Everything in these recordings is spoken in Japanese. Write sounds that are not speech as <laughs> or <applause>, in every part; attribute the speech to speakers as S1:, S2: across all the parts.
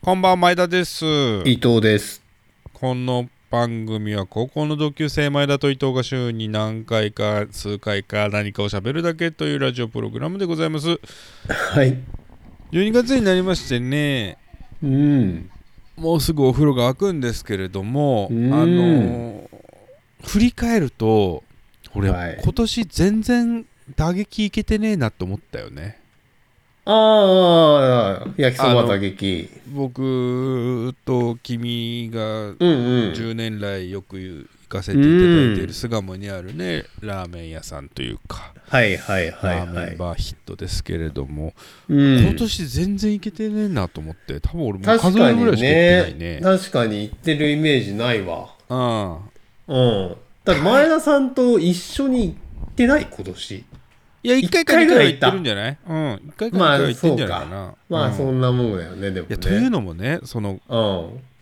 S1: こんばんは前田です
S2: 伊藤です。
S1: この番組は高校の同級生前田と伊藤が週に何回か数回か何かを喋るだけというラジオプログラムでございます
S2: はい。
S1: 12月になりましてね
S2: うん。
S1: もうすぐお風呂が開くんですけれどもあ
S2: うーん
S1: の振り返ると俺、
S2: はい
S1: 今年全然打撃いけてねえなと思ったよね
S2: ああ、焼きそ
S1: あ
S2: ば
S1: の
S2: 打撃。
S1: 僕と君が
S2: うんうん。
S1: 10年来よく行かせていただいている巣鴨にあるねラーメン屋さんというか
S2: はいはいはい
S1: ラー
S2: は
S1: メン
S2: い。
S1: バーヒットですけれども
S2: う
S1: 今
S2: ん、
S1: 年全然行けてねえなと思って多分俺もう
S2: 確
S1: 数
S2: か
S1: えるぐらい
S2: に
S1: しか行ってない
S2: ね
S1: ね。
S2: 確かに言ってるイメージないわ。
S1: うん
S2: うん。だから前田さんと一緒に行ってない今年。
S1: いや1回か2
S2: 一回ぐら
S1: 回はい行っ
S2: 行ってた
S1: るんじゃないうん1回か2
S2: まあ
S1: 回は行ってんじゃないかな
S2: ま
S1: う
S2: あ
S1: ん
S2: そんなもんだよね、で
S1: い
S2: もね。
S1: やというのもねその
S2: う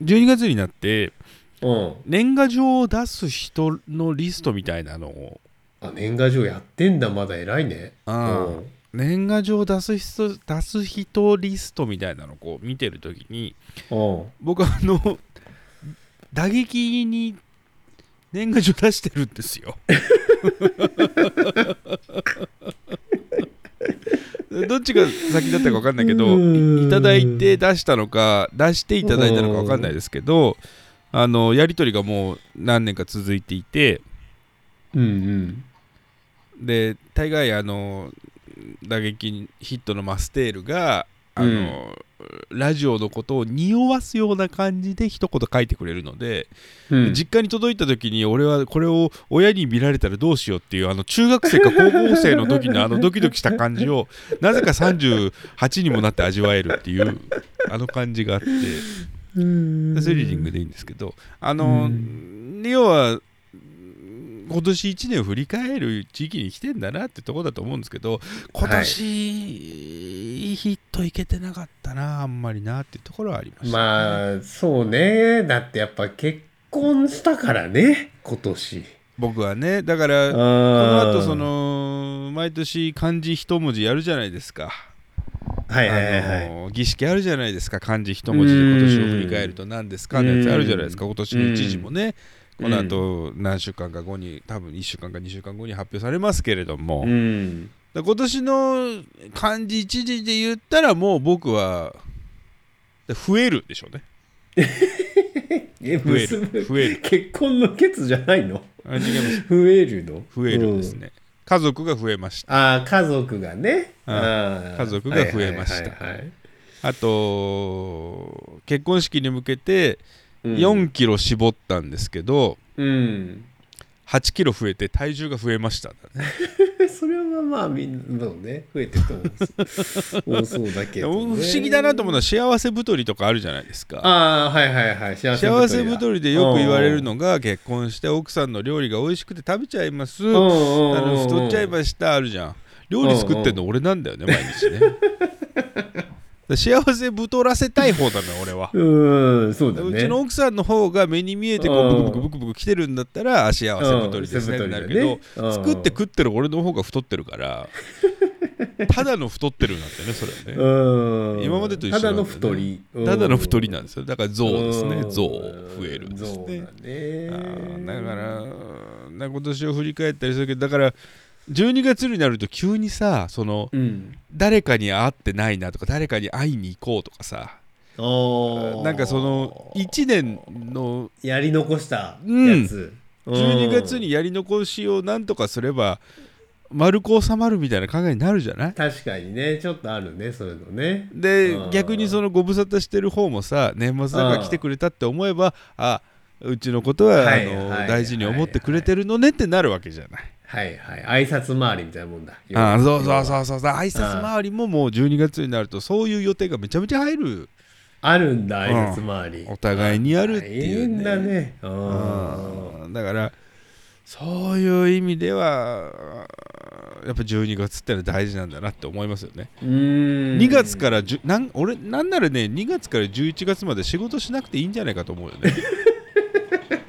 S2: ん。
S1: 12月になって
S2: うん。
S1: 年賀状を出す人のリストみたいなのを
S2: あ、年賀状やってんだ、まだ偉いね。
S1: う
S2: うんん。
S1: 年賀状を出す人出す人リストみたいなのをこう見てるときに
S2: うん。
S1: 僕あの打撃に年賀状出してるんですよ <laughs> どっちが先だったか分かんないけど
S2: うん
S1: いただいて出したのか出していただいたのか分かんないですけどあのやり取りがもう何年か続いていて、
S2: うんうん。
S1: で大概あの打撃ヒットのマステールがあの、ラジオのことを匂わすような感じで一言書いてくれるので、
S2: うん、
S1: 実家に届いた時に俺はこれを親に見られたらどうしようっていうあの中学生か高校生の時のあのドキドキした感じ <laughs> をなぜか38にもなって味わえるっていうあの感じがあって
S2: うん
S1: スリリングでいいんですけどあの、
S2: う
S1: 要は今年1年を振り返る時期に来てんだなってとこだと思うんですけど今年、ヒットいけてなかったなあんまりなっていうところはありました、あ
S2: まあそうねだってやっぱ結婚したからね今年
S1: 僕はねだから
S2: こ
S1: この後その毎年漢字一文字やるじゃないですか、
S2: はいはいはいは
S1: あ
S2: い
S1: の儀式あるじゃないですか漢字一文字で今年を振り返ると何ですかのやつあるじゃないですか今年の一時もね
S2: うん
S1: この後何週間か後に多分1週間か2週間後に発表されますけれども、
S2: うん
S1: だ今年の漢字一字で言ったらもう僕は増えるでしょうね
S2: え
S1: 増え
S2: 結 <laughs>
S1: る
S2: ぶ
S1: 増える
S2: 結婚のケツじゃないの
S1: あ違います
S2: 増えるの
S1: 増えるです
S2: うん
S1: ね、家族が増えました
S2: ああ家族がね
S1: うん
S2: あー
S1: 家族が増えました
S2: はいはいはいはい
S1: あと結婚式に向けて
S2: うん
S1: 4キロ絞ったんですけど、
S2: うん <laughs>
S1: 8キロ増えて体重が増えましただね
S2: それはまあみんなのね増えてると思うん
S1: <laughs>
S2: です多そうだけ
S1: で
S2: ど
S1: も
S2: ね
S1: 不思議だなと思うのは幸せ太りとかあるじゃないですか
S2: ああはいはいはい幸せ
S1: 幸せ
S2: だ
S1: 太りでよく言われるのが結婚して奥さんの料理が美味しくて食べちゃいます
S2: う
S1: あ
S2: んうんうんうん
S1: の太っちゃいましたあるじゃん料理作ってんの俺なんだよね毎日
S2: <laughs>
S1: ねだから幸せ太らせたい方だね俺は
S2: うーん、そうだね。
S1: うちの奥さんの方が目に見えてこ
S2: う
S1: うんブクブクブクブク来てるんだったらあ幸せ太りですねってなるけど、作って
S2: る。
S1: 食ってる俺の方が太ってるから
S2: <laughs>
S1: ただの太ってるなんだよねそれはね
S2: うん。
S1: 今までと一緒な
S2: た
S1: んだ
S2: だ
S1: よね
S2: の太り。うん
S1: ただの太りなんですよだから増ですね
S2: うん
S1: 増増えるんですねあ
S2: 増
S1: ー
S2: だね。
S1: だからな今年を振り返ったりするけどだから12月になると急にさその
S2: うん。
S1: 誰かに会ってないなとか誰かに会いに行こうとかさ
S2: あー
S1: なんかその1年の
S2: やり残した
S1: うん
S2: やつ。
S1: 12月にやり残しをなんとかすれば丸く収まるみたいな考えになるじゃない
S2: 確かにね、ちょっとあるね、そういうのね。
S1: で
S2: うん
S1: 逆にそのご無沙汰してる方もさ年末だから来てくれたって思えばあうちのことは
S2: は
S1: あ
S2: いは
S1: の
S2: い
S1: 大事に思ってくれてるのねってなるわけじゃない。
S2: はいはい。挨拶回りみたいなもんだ。
S1: あーそうそう
S2: う。
S1: そうそうそう挨拶回りももう12月になるとそういう予定がめちゃめちゃ入る
S2: あるんだ、挨拶回り。
S1: お互いにあるっていうね
S2: 大変だね。う。
S1: うんんだからそういう意味ではやっぱ12月ってのは大事なんだなって思いますよね
S2: 2
S1: 2月から10なん俺なんならね2月から11月まで仕事しなくていいんじゃないかと思うよね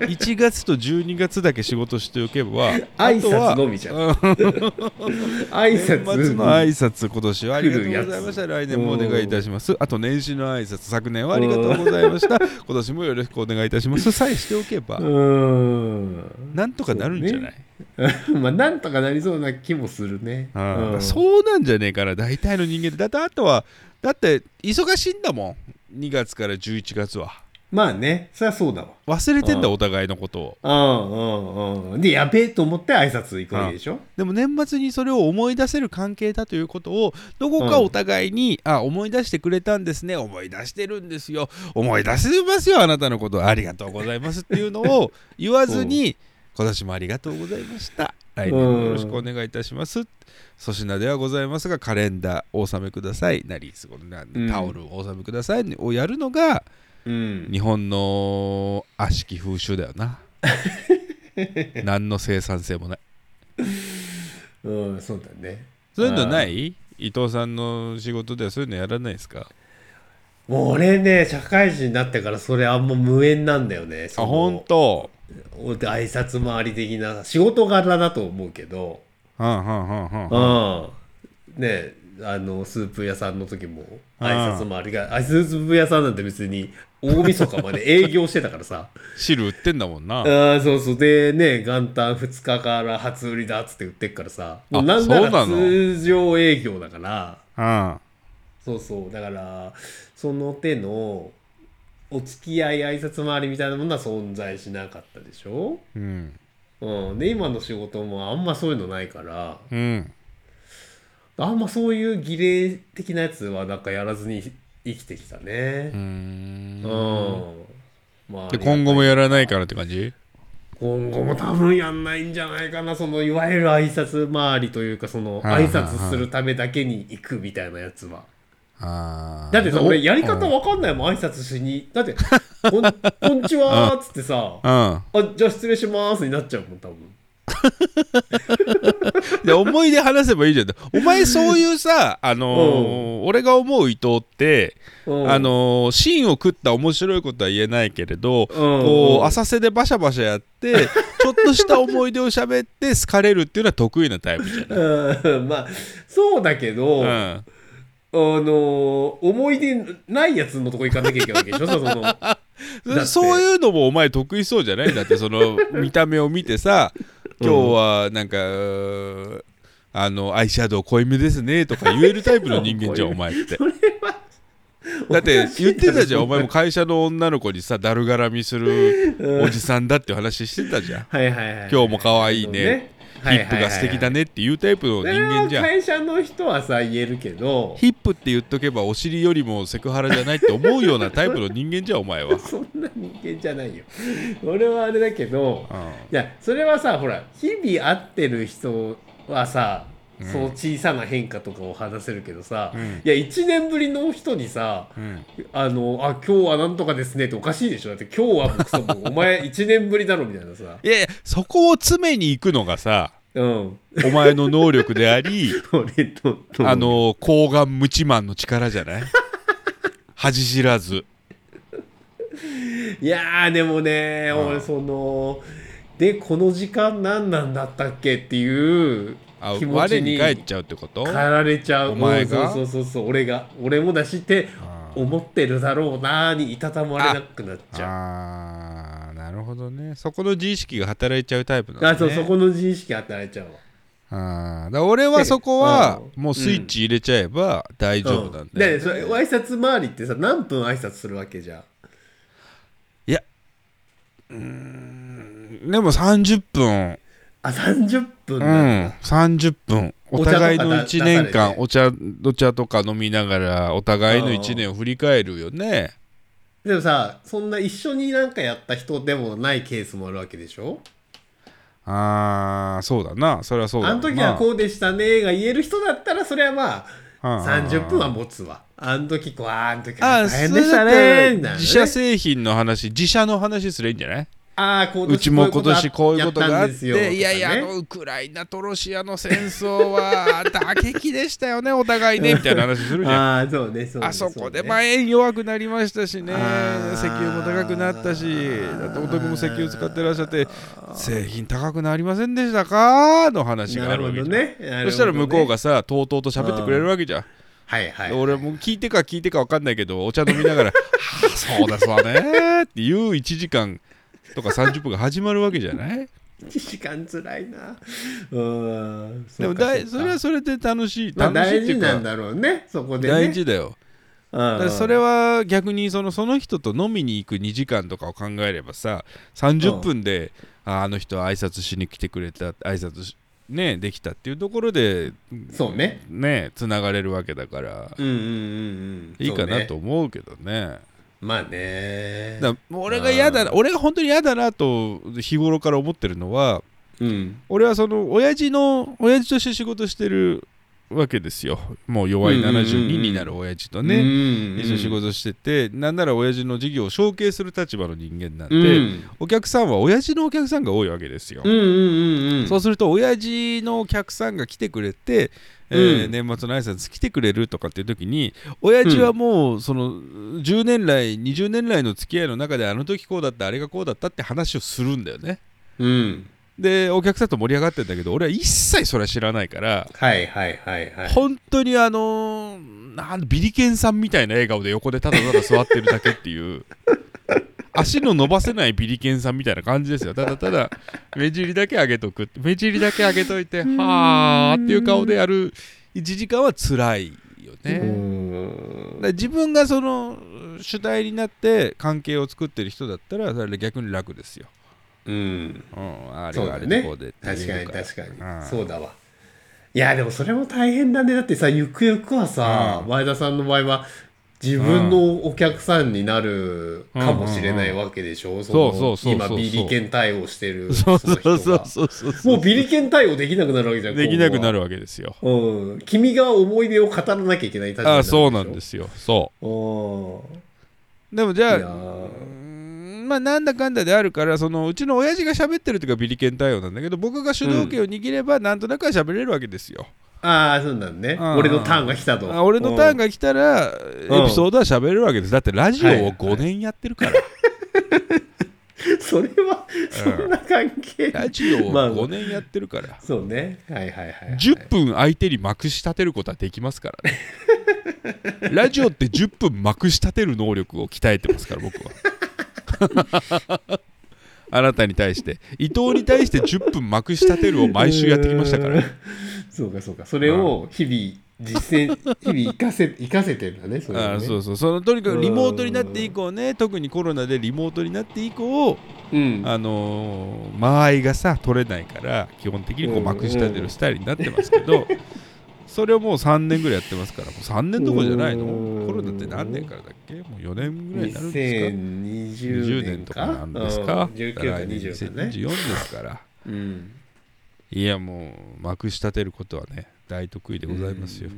S1: 1月と12月だけ仕事しておけば
S2: 挨
S1: あとは
S2: 拶のみじゃん
S1: うん
S2: 挨
S1: 年末
S2: 拶
S1: の挨拶今年はありがとうございました来年もお願いいたしますあと年始の挨拶昨年はありがとうございました今年もよろしくお願いいたしますさえしておけば
S2: うーん
S1: なんとかなるんじゃない、
S2: そうねまあなんとかなりそうな気もするね
S1: うん
S2: うん
S1: そうなんじゃねえかな大体の人間ってだってあとはだって忙しいんだもん2月から11月は
S2: まあねそりゃそうだわ
S1: 忘れてんだ
S2: うん
S1: お互いのことを
S2: うんうんうんでやべえと思って挨拶行くわけでしょ
S1: でも年末にそれを思い出せる関係だということをどこかお互いに、あ思い出してくれたんですね思い出してるんですよ思い出せますよあなたのことありがとうございますっていうの <laughs> を言わずに、今年もありがとうございました来年もよろしくお願いいたします粗品ではございますがカレンダーお納めくださいなりそこのな
S2: うん
S1: タオルをお納めくださいをやるのが
S2: うん
S1: 日本の悪しき風習だよ <laughs> な何の生産性もない
S2: うんそうだね
S1: そういうのない伊藤さんの仕事ではそういうのやらないですか
S2: もう俺ね社会人になってからそれあんま無縁なんだよね
S1: あ
S2: その
S1: 本当
S2: お挨拶回り的な仕事柄だと思うけど
S1: はんはんはんはん
S2: う
S1: はん
S2: んねあのスープ屋さんの時も
S1: うん
S2: 挨拶回りがあスープ屋さんなんて別に大晦日まで営業してたからさ
S1: 汁売ってんだもんな
S2: あそうそうでね元旦2日から初売りだっつって売ってっからさもう
S1: あ
S2: なんなら
S1: そうなの
S2: 通常営業だから
S1: うん
S2: そうそうだからその手のお付き合い挨拶回りみたいなものは存在しなかったでしょ
S1: うん
S2: うん、で今の仕事もあんまそういうのないから
S1: うん
S2: あんまそういう儀礼的なやつはなんかやらずに生きてきた
S1: うー
S2: ねうん
S1: ん
S2: まあ
S1: で今後もやらないからって感じ
S2: 今後も多分やんないんじゃないかなそのいわゆる挨拶回りというかその
S1: はい
S2: 挨
S1: はいはい
S2: 拶するためだけに行くみたいなやつは
S1: あー
S2: だってさ俺やり方
S1: うん
S2: わかんないもん挨拶しにだって「こん <laughs> こんにちは」っつってさ「あ
S1: うん
S2: じゃあ失礼します」になっちゃうもん多分
S1: で思い出話せばいいじゃんお前そういうさあのー俺が思う伊藤って
S2: うん
S1: あのー芯を食った面白いことは言えないけれど、こう浅瀬でバシャバシャやって
S2: <laughs>
S1: ちょっとした思い出を喋って好かれるっていうのは得意なタイプじゃない、
S2: <laughs> うんまあそうだけど、あ
S1: うん、
S2: の思い出ないやつのとこ行かなきゃいけないわけでしょそのあだって
S1: そそういうのもお前得意そうじゃないだってそ
S2: <laughs>
S1: の見た目を見てさ今日はなんか、うーあのアイシャドウ濃いめですねとか言えるタイプの人間じゃんお前っ
S2: <laughs>
S1: てだって言ってたじゃんお前も会社の女の子にさだるがらみするおじさんだっていう話してたじゃん
S2: はいはいはい
S1: 今日も可愛いねヒ
S2: はいはい
S1: ッ
S2: はい
S1: プが素敵だねっていうタイプの人間じゃん
S2: それは会社の人はさ言えるけど
S1: ヒップって言っとけばお尻よりもセクハラじゃないって思うようなタイプの人間じゃんお前は、
S2: そんな人間じゃないよ俺はあれだけど
S1: うん
S2: いやそれはさほら日々会ってる人はさ、その小さな変化とかを話せるけどさ、
S1: うん
S2: いや1年ぶりの人にさ、
S1: うん、
S2: あの、あ、今日はなんとかですねっておかしいでしょだって今日は僕そもお前1年ぶりだろみたいなさ。
S1: いやいやそこを詰めに行くのがさ
S2: うん。
S1: お前の能力であ
S2: <laughs>
S1: り
S2: 俺と、と
S1: あ、の抗顔無知マンの力じゃない恥知らず
S2: いやーでもね、
S1: うん
S2: 俺その、で、この時間何なんだったっけっていう
S1: あ
S2: 気持
S1: 我
S2: ち
S1: に
S2: に
S1: 返っちゃうってこと
S2: 駆られちゃう。
S1: お前が
S2: うんそうそうそうそう、俺が、俺も出して、
S1: あー
S2: 思ってるだろうなーにいたたまれなくなっちゃう。
S1: あーなるほどねそこの自意識が働いちゃうタイプなんだ、
S2: あ
S1: ね、
S2: そう、そこの自意識働いちゃうわ。
S1: あーだから俺はそこは
S2: うん
S1: もうスイッチ入れちゃえば大丈夫なん
S2: だ
S1: だ
S2: よ、
S1: よ
S2: ね、それ挨拶回りってさ、何分挨拶するわけじゃん。
S1: いやうーんでも30分
S2: あ、30分
S1: う
S2: なんだ
S1: ん30分お
S2: お茶とか
S1: 互いの
S2: だ
S1: 1年間お
S2: 出
S1: 茶お茶とか飲みながらお互いの
S2: うん
S1: 1年を振り返るよね
S2: でもさそんな一緒になんかやった人でもないケースもあるわけでしょ
S1: あーそうだなそれはそうだ
S2: あ
S1: な
S2: の時はこうでしたねが言える人だったらそれはま
S1: うん
S2: あ30分は持つわあの時こうあの時
S1: あ
S2: は
S1: ー
S2: 大変
S1: そ
S2: で
S1: れ
S2: した
S1: だ
S2: ね
S1: ったら
S2: みたいなね
S1: 自社製品の話自社の話すればいいんじゃない
S2: あああ今年
S1: うちも今年こういうことがあって、
S2: やたんですよ
S1: いやいや、あ
S2: とかね
S1: のウクライナとロシアの戦争は打撃でしたよね、お互いね、みたいな話するじゃん。
S2: ああそうねそうね
S1: あそこで
S2: うね
S1: まあ円弱くなりましたしね、
S2: あー
S1: 石油も高くなったし、だってお宅も石油使ってらっしゃって、製品高くなりませんでしたかの話が
S2: な
S1: あ
S2: る
S1: る
S2: ほ
S1: わけ
S2: ど
S1: じゃん。
S2: ねな
S1: そ
S2: るほどね
S1: したら向こうがさ、とうとうと喋ってくれるわけじゃん。
S2: はいはい
S1: で俺もう聞いてか聞いてか分かんないけどお茶飲みながら「はあそうだそうだね」っていう1時間とか30分が始まるわけじゃ
S2: <laughs>
S1: ない
S2: 時間つらいなうーん
S1: でも
S2: うか
S1: だいう
S2: か
S1: それはそれで楽しい
S2: まあ
S1: 楽しい
S2: 大
S1: ってい
S2: 事
S1: う
S2: なん
S1: か
S2: だろうねそこでね
S1: 大事だよだからそれ
S2: は
S1: は逆にそのその人と飲みに行く2時間とかを考えればさ30分でああの人挨拶しに来てくれた挨拶しねできたっていうところで
S2: そうね
S1: ねつながれるわけだから
S2: うんうんうんうん
S1: いいかな
S2: そう
S1: と
S2: ね
S1: 思うけどね。
S2: まあね
S1: だから俺が嫌だな俺が本当に嫌だなと日頃から思ってるのは
S2: うん
S1: 俺はその親父の親父として仕事してるわけですよもう弱い
S2: うんうんうん
S1: 72になる親父と
S2: うんう
S1: ね
S2: ん
S1: 一緒に仕事しててなんなら親父の事業を承継する立場の人間なん
S2: う
S1: で、
S2: ん
S1: お客さんは親父のお客さんが多いわけですよ、
S2: うんうんうんうん
S1: そうすると親父のお客さんが来てくれて、えー
S2: うん
S1: 年末の挨拶来てくれるとかっていう時に親父はもうその10年来20年来の付き合いの中であの時こうだったあれがこうだったって話をするんだよね
S2: うん
S1: でお客さんと盛り上がってんだけど俺は一切それは知らないから
S2: はいはいはいはい
S1: <laughs> 本当にあのーなんビリケンさんみたいな笑顔で横でただただ座ってるだけっていう
S2: <laughs>
S1: 足の伸ばせないビリケンさんみたいな感じですよただただ目尻だけ上げとく目尻だけ上げといて
S2: <laughs>
S1: はあっていう顔でやる1時間は辛いよね。
S2: うー
S1: だか
S2: ん
S1: ら自分がその主体になって関係を作ってる人だったらそれで逆に楽ですよ。
S2: うん
S1: うん、あれ
S2: そう
S1: が
S2: だ
S1: あれ
S2: ね
S1: でこうでって
S2: 確か
S1: い
S2: に
S1: う
S2: 確かに、
S1: うん
S2: そうだわいやでもそれも大変だねだってさゆくゆくはさ、
S1: うん
S2: 前田さんの場合は自分のお客さんになるかもしれないわけでしょ、その
S1: そうそうそうそう
S2: 今ビリケン対応してる
S1: そう
S2: の人
S1: そうそう
S2: が
S1: そうそうそう
S2: もうビリケン対応できなくなるわけじゃん
S1: できなくな
S2: る、
S1: るわけですよ。
S2: うん、君が思い出を語らなきゃいけない立場
S1: ああそうなんですすよそ
S2: お
S1: うでもじゃあ
S2: いやー
S1: うーんまあなんだかんだであるからそのうちの親父が喋ってるというかビリケン対応なんだけど僕が主導権を握ればなんとなくは喋れるわけですよ、
S2: ああそうなんね、
S1: うん
S2: 俺のターンが来たと
S1: あ俺のターンが来たらエピソードは喋るわけですだってラジオを
S2: はい
S1: 5年やってる
S2: <laughs>
S1: から、
S2: うんそれはそんな関係ない
S1: <laughs> ラジオを
S2: まあ
S1: 5年やってるから、
S2: そうね。はいはいはい、はい。
S1: 10分相手にまくし立てることはできますからねラジオって10分まくし立てる能力を鍛えてますから僕は <laughs> あなたに対して伊藤に対して10分まくし立てるを毎週やってきましたから
S2: うーん。そうかそうか。それを日々実践、
S1: <laughs>
S2: 日々活かせ、活かせてるんだね、それをね。。
S1: あそううそうそのとにかくリモートになって以降ね特にコロナでリモートになって以降、
S2: ん。
S1: あのー間合いがさ取れないから基本的にこう
S2: うん
S1: まくし立てるスタイルになってますけ <laughs> ど、それをもう3年ぐらいやってますからもう3年どころじゃないの
S2: うん
S1: コロナって何年からだっけもう4年ぐらいになるんですか
S2: 2020
S1: 20
S2: 年
S1: 年
S2: か
S1: とかなんですか
S2: うん、19か
S1: 来年
S2: 20かね、
S1: 2024ですから
S2: うん、
S1: いやもうまくし立てることはね大得意でございますよ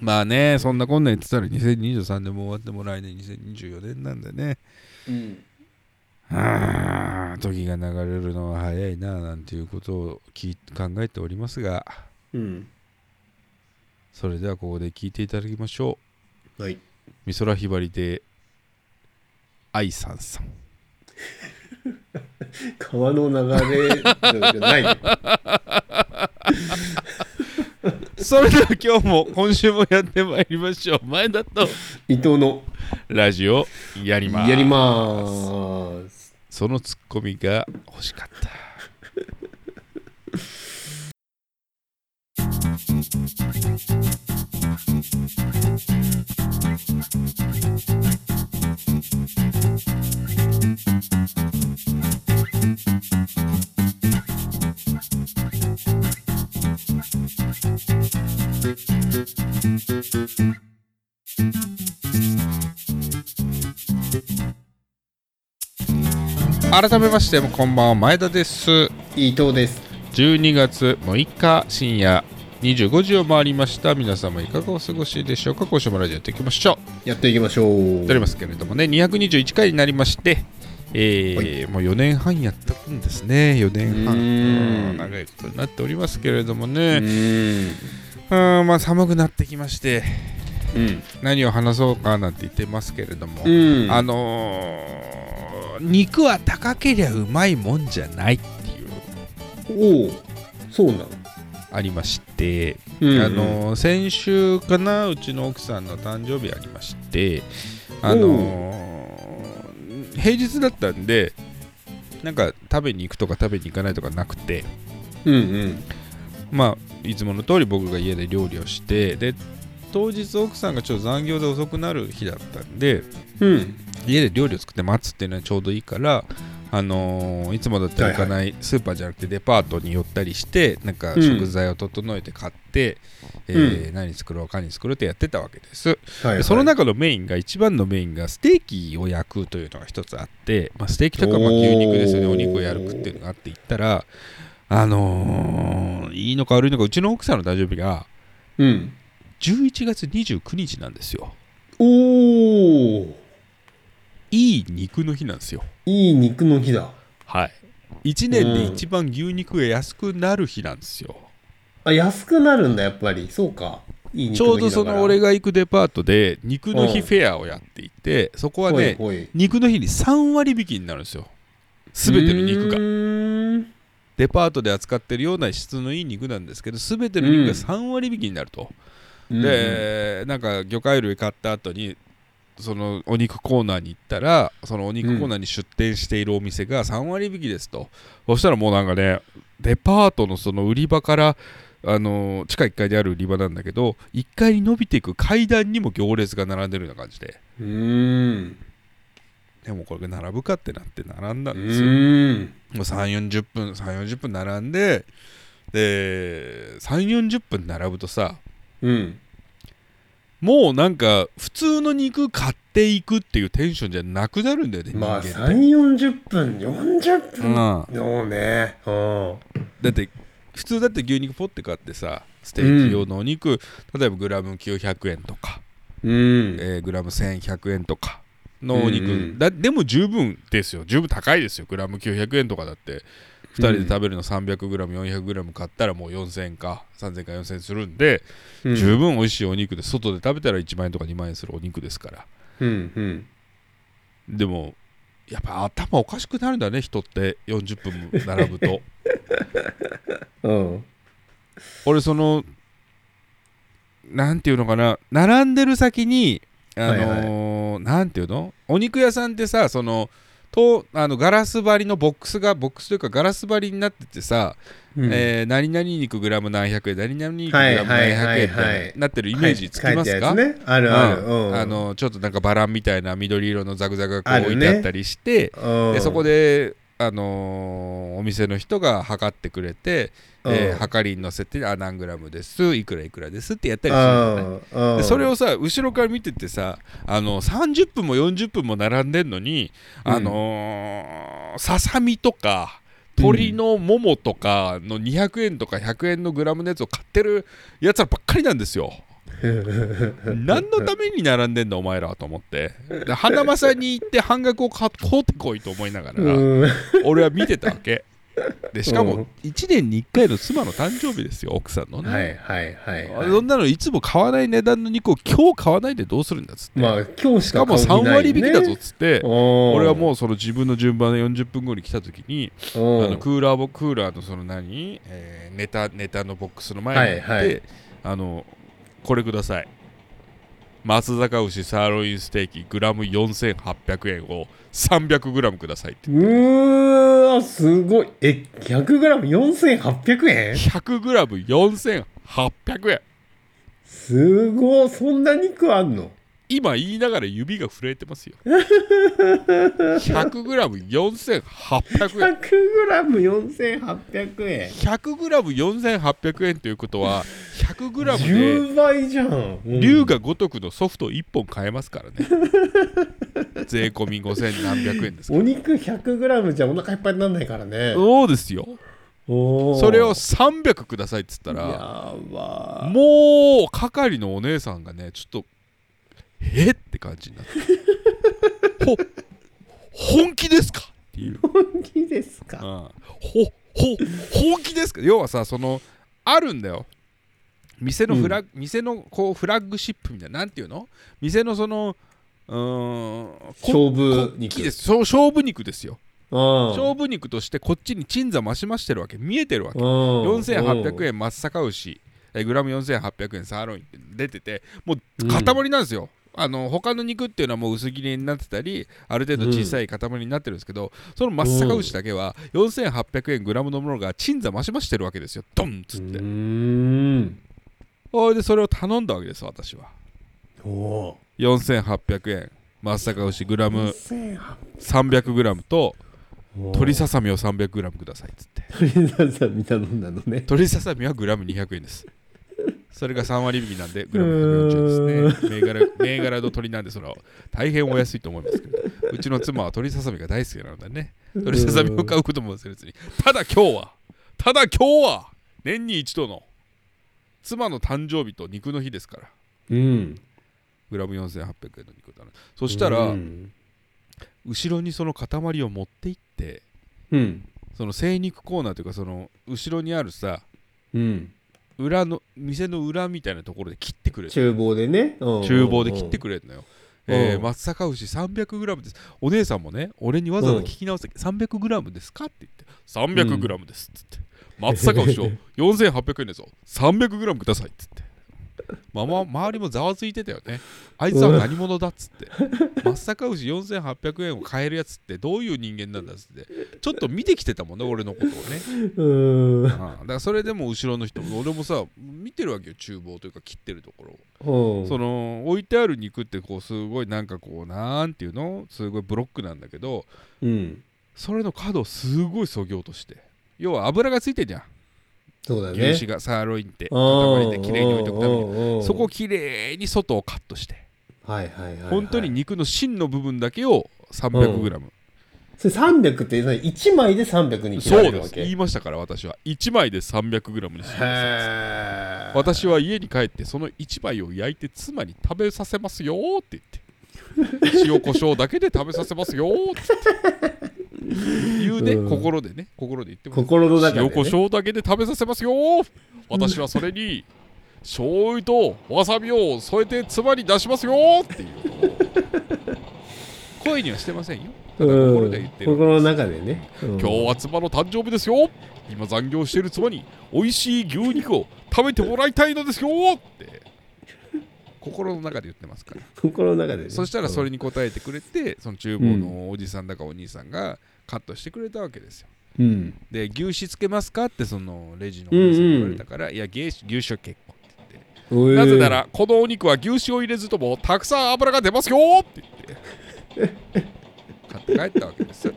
S1: まあねそんなこんな言ってたら2023年も終わっても来年2024年なんでね
S2: うん
S1: あー時が流れるのは早いななんていうことを聞い考えておりますが
S2: うん
S1: それではここで聞いていただきましょ
S2: はい、
S1: う美空ひばりで愛さんさん
S2: 川の流れじゃない
S1: <laughs>
S2: ね
S1: それでは今日も今週もやってまいりましょう前田と
S2: 伊藤の
S1: ラジオやります
S2: やります
S1: そのツッコミが欲しかった改めましてもこんばんは前田です
S2: 伊藤です
S1: 12月6日深夜25時を回りました皆様いかがお過ごしでしょうか今週もラジオやっていきましょう
S2: やっていきましょう
S1: やっておりますけれどもね221回になりまして、えーもう4年半やったんですね4年半
S2: うーん
S1: 長いことになっておりますけれども
S2: う
S1: ね、
S2: ん
S1: うん、まあ寒くなってきまして
S2: うん
S1: 何を話そうかなんて言ってますけれども、
S2: うん
S1: あのー肉は高けりゃうまいもんじゃないっていう
S2: おおそうなの
S1: ありまして、
S2: うん
S1: あのー先週かなうちの奥さんの誕生日ありましてあのー平日だったんでなんか食べに行くとか食べに行かないとかなくて
S2: うんうん
S1: まあいつもの通り僕が家で料理をしてで当日奥さんがちょっと残業で遅くなる日だったんで
S2: うん
S1: 家で料理を作って待つっていうのはちょうどいいから、あのーいつもだったら行かないスーパーじゃなくてデパートに寄ったりしてなんか
S2: うん
S1: 食材を整えて買って、えー何作ろうかに作ろうってやってたわけです、
S2: はいはい
S1: でその中のメインが一番のメインがステーキを焼くというのが一つあって、まあ、ステーキとかまあ
S2: おー
S1: 牛肉ですよねお肉を焼くっていうのがあって言ったらあのーいいのか悪いのかうちの奥さんの誕生日が
S2: うん
S1: 11月29日なんですよ
S2: おお
S1: いい肉の日なんですよ
S2: いい肉の日だ
S1: はい、1年で一番牛肉が安くなる日なんですよ、
S2: あ安くなるんだやっぱりそうかいい
S1: ち
S2: 肉
S1: ょ
S2: の
S1: う
S2: 日だから
S1: どその俺が行くデパートで肉の日
S2: うん
S1: フェアをやっていてそこは
S2: ほい
S1: ね
S2: ほい
S1: 肉の日に3割引きになるんですよ全ての肉
S2: う
S1: が
S2: ーん
S1: デパートで扱ってるような質のいい肉なんですけど全ての肉
S2: うん
S1: が3割引きになると、
S2: うん
S1: でなんか魚介類買った後にそのお肉コーナーに行ったらそのお肉コーナーに出店しているお店が3割引きですと、そしたらもうなんかねデパートのその売り場からあの地下1階である売り場なんだけど1階に伸びていく階段にも行列が並んでるような感じで
S2: うーん
S1: でもこれ並ぶかってなって並んだ
S2: うん
S1: ですよ、
S2: ーん
S1: もう3 4 0分3 4 0分並んでで3 4 0分並ぶとさ
S2: うん
S1: もうなんか普通の肉買っていくっていうテンションじゃなくなるんだよね人間
S2: ま
S1: っ
S2: あ
S1: て、
S2: 3四4 0分40分
S1: う
S2: そうねうん
S1: だって普通だって牛肉ポッて買ってさステーキ用のお肉、例えばグラム900円とか、
S2: うん
S1: えーグラム1100円とかのお肉、
S2: うんうん
S1: だでも十分ですよ十分高いですよグラム900円とかだって2人で食べるの 300g400g 買ったらもう4000円か3000か4000円するんで、
S2: うん
S1: 十分美味しいお肉で外で食べたら1万円とか2万円するお肉ですから
S2: うんうん
S1: でもやっぱ頭おかしくなるんだね人って40分も並ぶと <laughs>
S2: うん
S1: 俺そのなんていうのかな並んでる先にあのーなんていうのお肉屋さんってさそのとあのガラス張りのボックスがボックスというかガラス張りになっててさ、
S2: うん
S1: えー何々肉グラム何百円何々肉グ
S2: はい
S1: ラム何
S2: は
S1: 百
S2: い
S1: 円みた
S2: はい
S1: いななってるイメージつきますか、
S2: 書いてあるやつねあるある
S1: うん
S2: うん
S1: あのちょっとなんかバランみたいな緑色のザクザク
S2: あ
S1: がこう
S2: るね
S1: 置いてあったりして、
S2: うん
S1: でそこで、あのーお店の人が測ってくれて、え
S2: う
S1: ー、
S2: ん
S1: 測りに乗せて「あ何グラムですいくらいくらです」ってやったりするのね
S2: うんうん
S1: でそれをさ後ろから見ててさあの30分も40分も並んでんのに、
S2: うん
S1: あのーささみとか鶏のももとかの200円とか100円のグラムのやつを買ってるやつらばっかりなんです
S2: <laughs>
S1: よ。何のために並んでんだお前らと思ってで花正に行って半額を買ってこいと思いながら。
S2: うん
S1: 俺は見てたわけでしか
S2: う
S1: も
S2: ん
S1: 1年に1回の妻の誕生日ですよ奥さんのね、
S2: はいはいはいはい
S1: そんなのいつも買わない値段の肉を今日買わないでどうするんだっつって、
S2: まあ今日し
S1: しか
S2: か
S1: も3割引きだぞっつって、俺
S2: 俺
S1: はもうその自分の順番で40分後に来た時に、
S2: うん
S1: あのクーラーボクーラーのその何、えーネタネタのボックスの前に行って、
S2: はいはい
S1: あのこれください松阪牛サーロインステーキグラム4800円を300グラムくださいって
S2: うーわすごいえ 100g4800 円
S1: 100グラム4800円
S2: すごいそんな肉あんの
S1: 今言いながら指が震えてますよ100グラム4800円
S2: 100g4800 円
S1: 100グラム4800円ということは100グラムで
S2: 10倍じゃん、うん
S1: 龍が如くのソフト1本買えますからね税込み5000何百円ですか
S2: お肉 100g じゃお腹いっぱいになんないからね
S1: らそうですよ
S2: おー
S1: それを300くださいっつったら
S2: やば
S1: もう係のお姉さんがねちょっと
S2: <laughs>
S1: えって感じになってほ本気ですかうん、
S2: な。
S1: ほほ本気ですか要はさそのあるんだよ店のフラッグ、店のこうフラッグシップみたいななんていうの店のそのうーんこ
S2: 勝負
S1: 国旗
S2: 肉。
S1: ですそう勝負肉ですよ、
S2: うん。
S1: 勝負肉としてこっちに鎮座増し増してるわけ見えてるわけ、
S2: うん。
S1: 4800円松阪牛えーグラム4800円サーロインって出ててもう塊なんですよ、あの他の肉っていうのはもう薄切りになってたりある程度小さい塊になってるんですけど、その松阪牛だけは4800円グラムのものが鎮座増し増してるわけですよドンっつ
S2: う
S1: って、
S2: ーん。
S1: それでそれを頼んだわけです私は
S2: おお。
S1: 4800円松阪牛グラム
S2: 1800
S1: 300グラムと
S2: おー
S1: 鶏ささみを300グラムくださいっつって
S2: 鳥ささみ頼んだのね。
S1: 鶏ささみはグラム200円です。それが3割引きなんでグラム140円ですね。銘柄銘柄の鶏なんでそれは大変お安いと思いますけど、うちの妻は鶏ささみが大好きなのでね、鶏ささみを買うことも忘れずに、ただ今日は、ただ今日は、年に一度の妻の誕生日と肉の日ですから、
S2: うん。
S1: グラム4800円の肉だな。そしたら
S2: う、ん。
S1: 後ろにその塊を持って行って、
S2: うん。
S1: その精肉コーナーというか、その後ろにあるさ、
S2: うん。
S1: 裏の店の裏みたいなところで切ってくれる
S2: 厨房でね。
S1: 厨房で切って
S2: る。
S1: くれるのよ。
S2: うん
S1: えー、松阪牛 300g です。お姉さんもね、俺にわざわざ聞き直して、300g ですかって言って、300g ですっつって、松阪牛を
S2: <laughs>
S1: 4800円ですよ、300g くださいっつって。まあまあ、周りもざわついてたよね。あいつは何者だっつ
S2: <laughs>
S1: って。松阪牛4800円を買えるやつってどういう人間なんだっつって。ちょっと見てきてたもんね、俺のことを
S2: <laughs>
S1: ね。
S2: うーん。
S1: ああだからそれでも後ろの人も、俺もさ、見てるわけよ、厨房というか切ってるところを。
S2: おう
S1: その置いてある肉ってこうすごいなんかこうなんていうのすごいブロックなんだけど
S2: うん。
S1: それの角をすごいそぎ落として要は油がついてんじゃん、
S2: そうだね。
S1: 牛脂がサーロインって
S2: う
S1: 塊
S2: ん
S1: で綺麗に置いとくために
S2: うんうんうん
S1: そこを綺麗に外をカットして
S2: はいはいはいはい。
S1: 本当に肉の芯の部分だけを 300g、
S2: それ300って何1枚で300に切ら
S1: そ
S2: れ
S1: う
S2: る
S1: で
S2: わ
S1: す
S2: け
S1: 言いましたから私は1枚で 300g にしてください
S2: へ
S1: <laughs>
S2: ー
S1: 私は家に帰ってその1枚を焼いて妻に食べさせますよーって言って塩コショウだけで食べさせますよーって言って言うね、
S2: うん
S1: 心でね心で言ってます
S2: 心の中で、ね、
S1: 塩コショウだけで食べさせますよー私はそれに醤油とわさびを添えて妻に出しますよーっていう声にはしてませんよただ
S2: うん
S1: 心で言ってる
S2: 心の中でね、うん
S1: 今日は妻の誕生日ですよ今残業している妻に美味しい牛肉を食べてもらいたいのですよって心の中で言ってますから
S2: 心の中で、ね、
S1: そしたらそれ
S2: に
S1: に応えてくれてその厨房のおじさんだかお兄さんがカットしてくれたわけですよ
S2: うん
S1: で牛脂つけますかってそのレジのお兄さんに言われたから、いや牛脂牛脂は結構って言ってなぜならこのお肉は牛脂を入れずともたくさん油が出ますよって言って買って帰ったわけです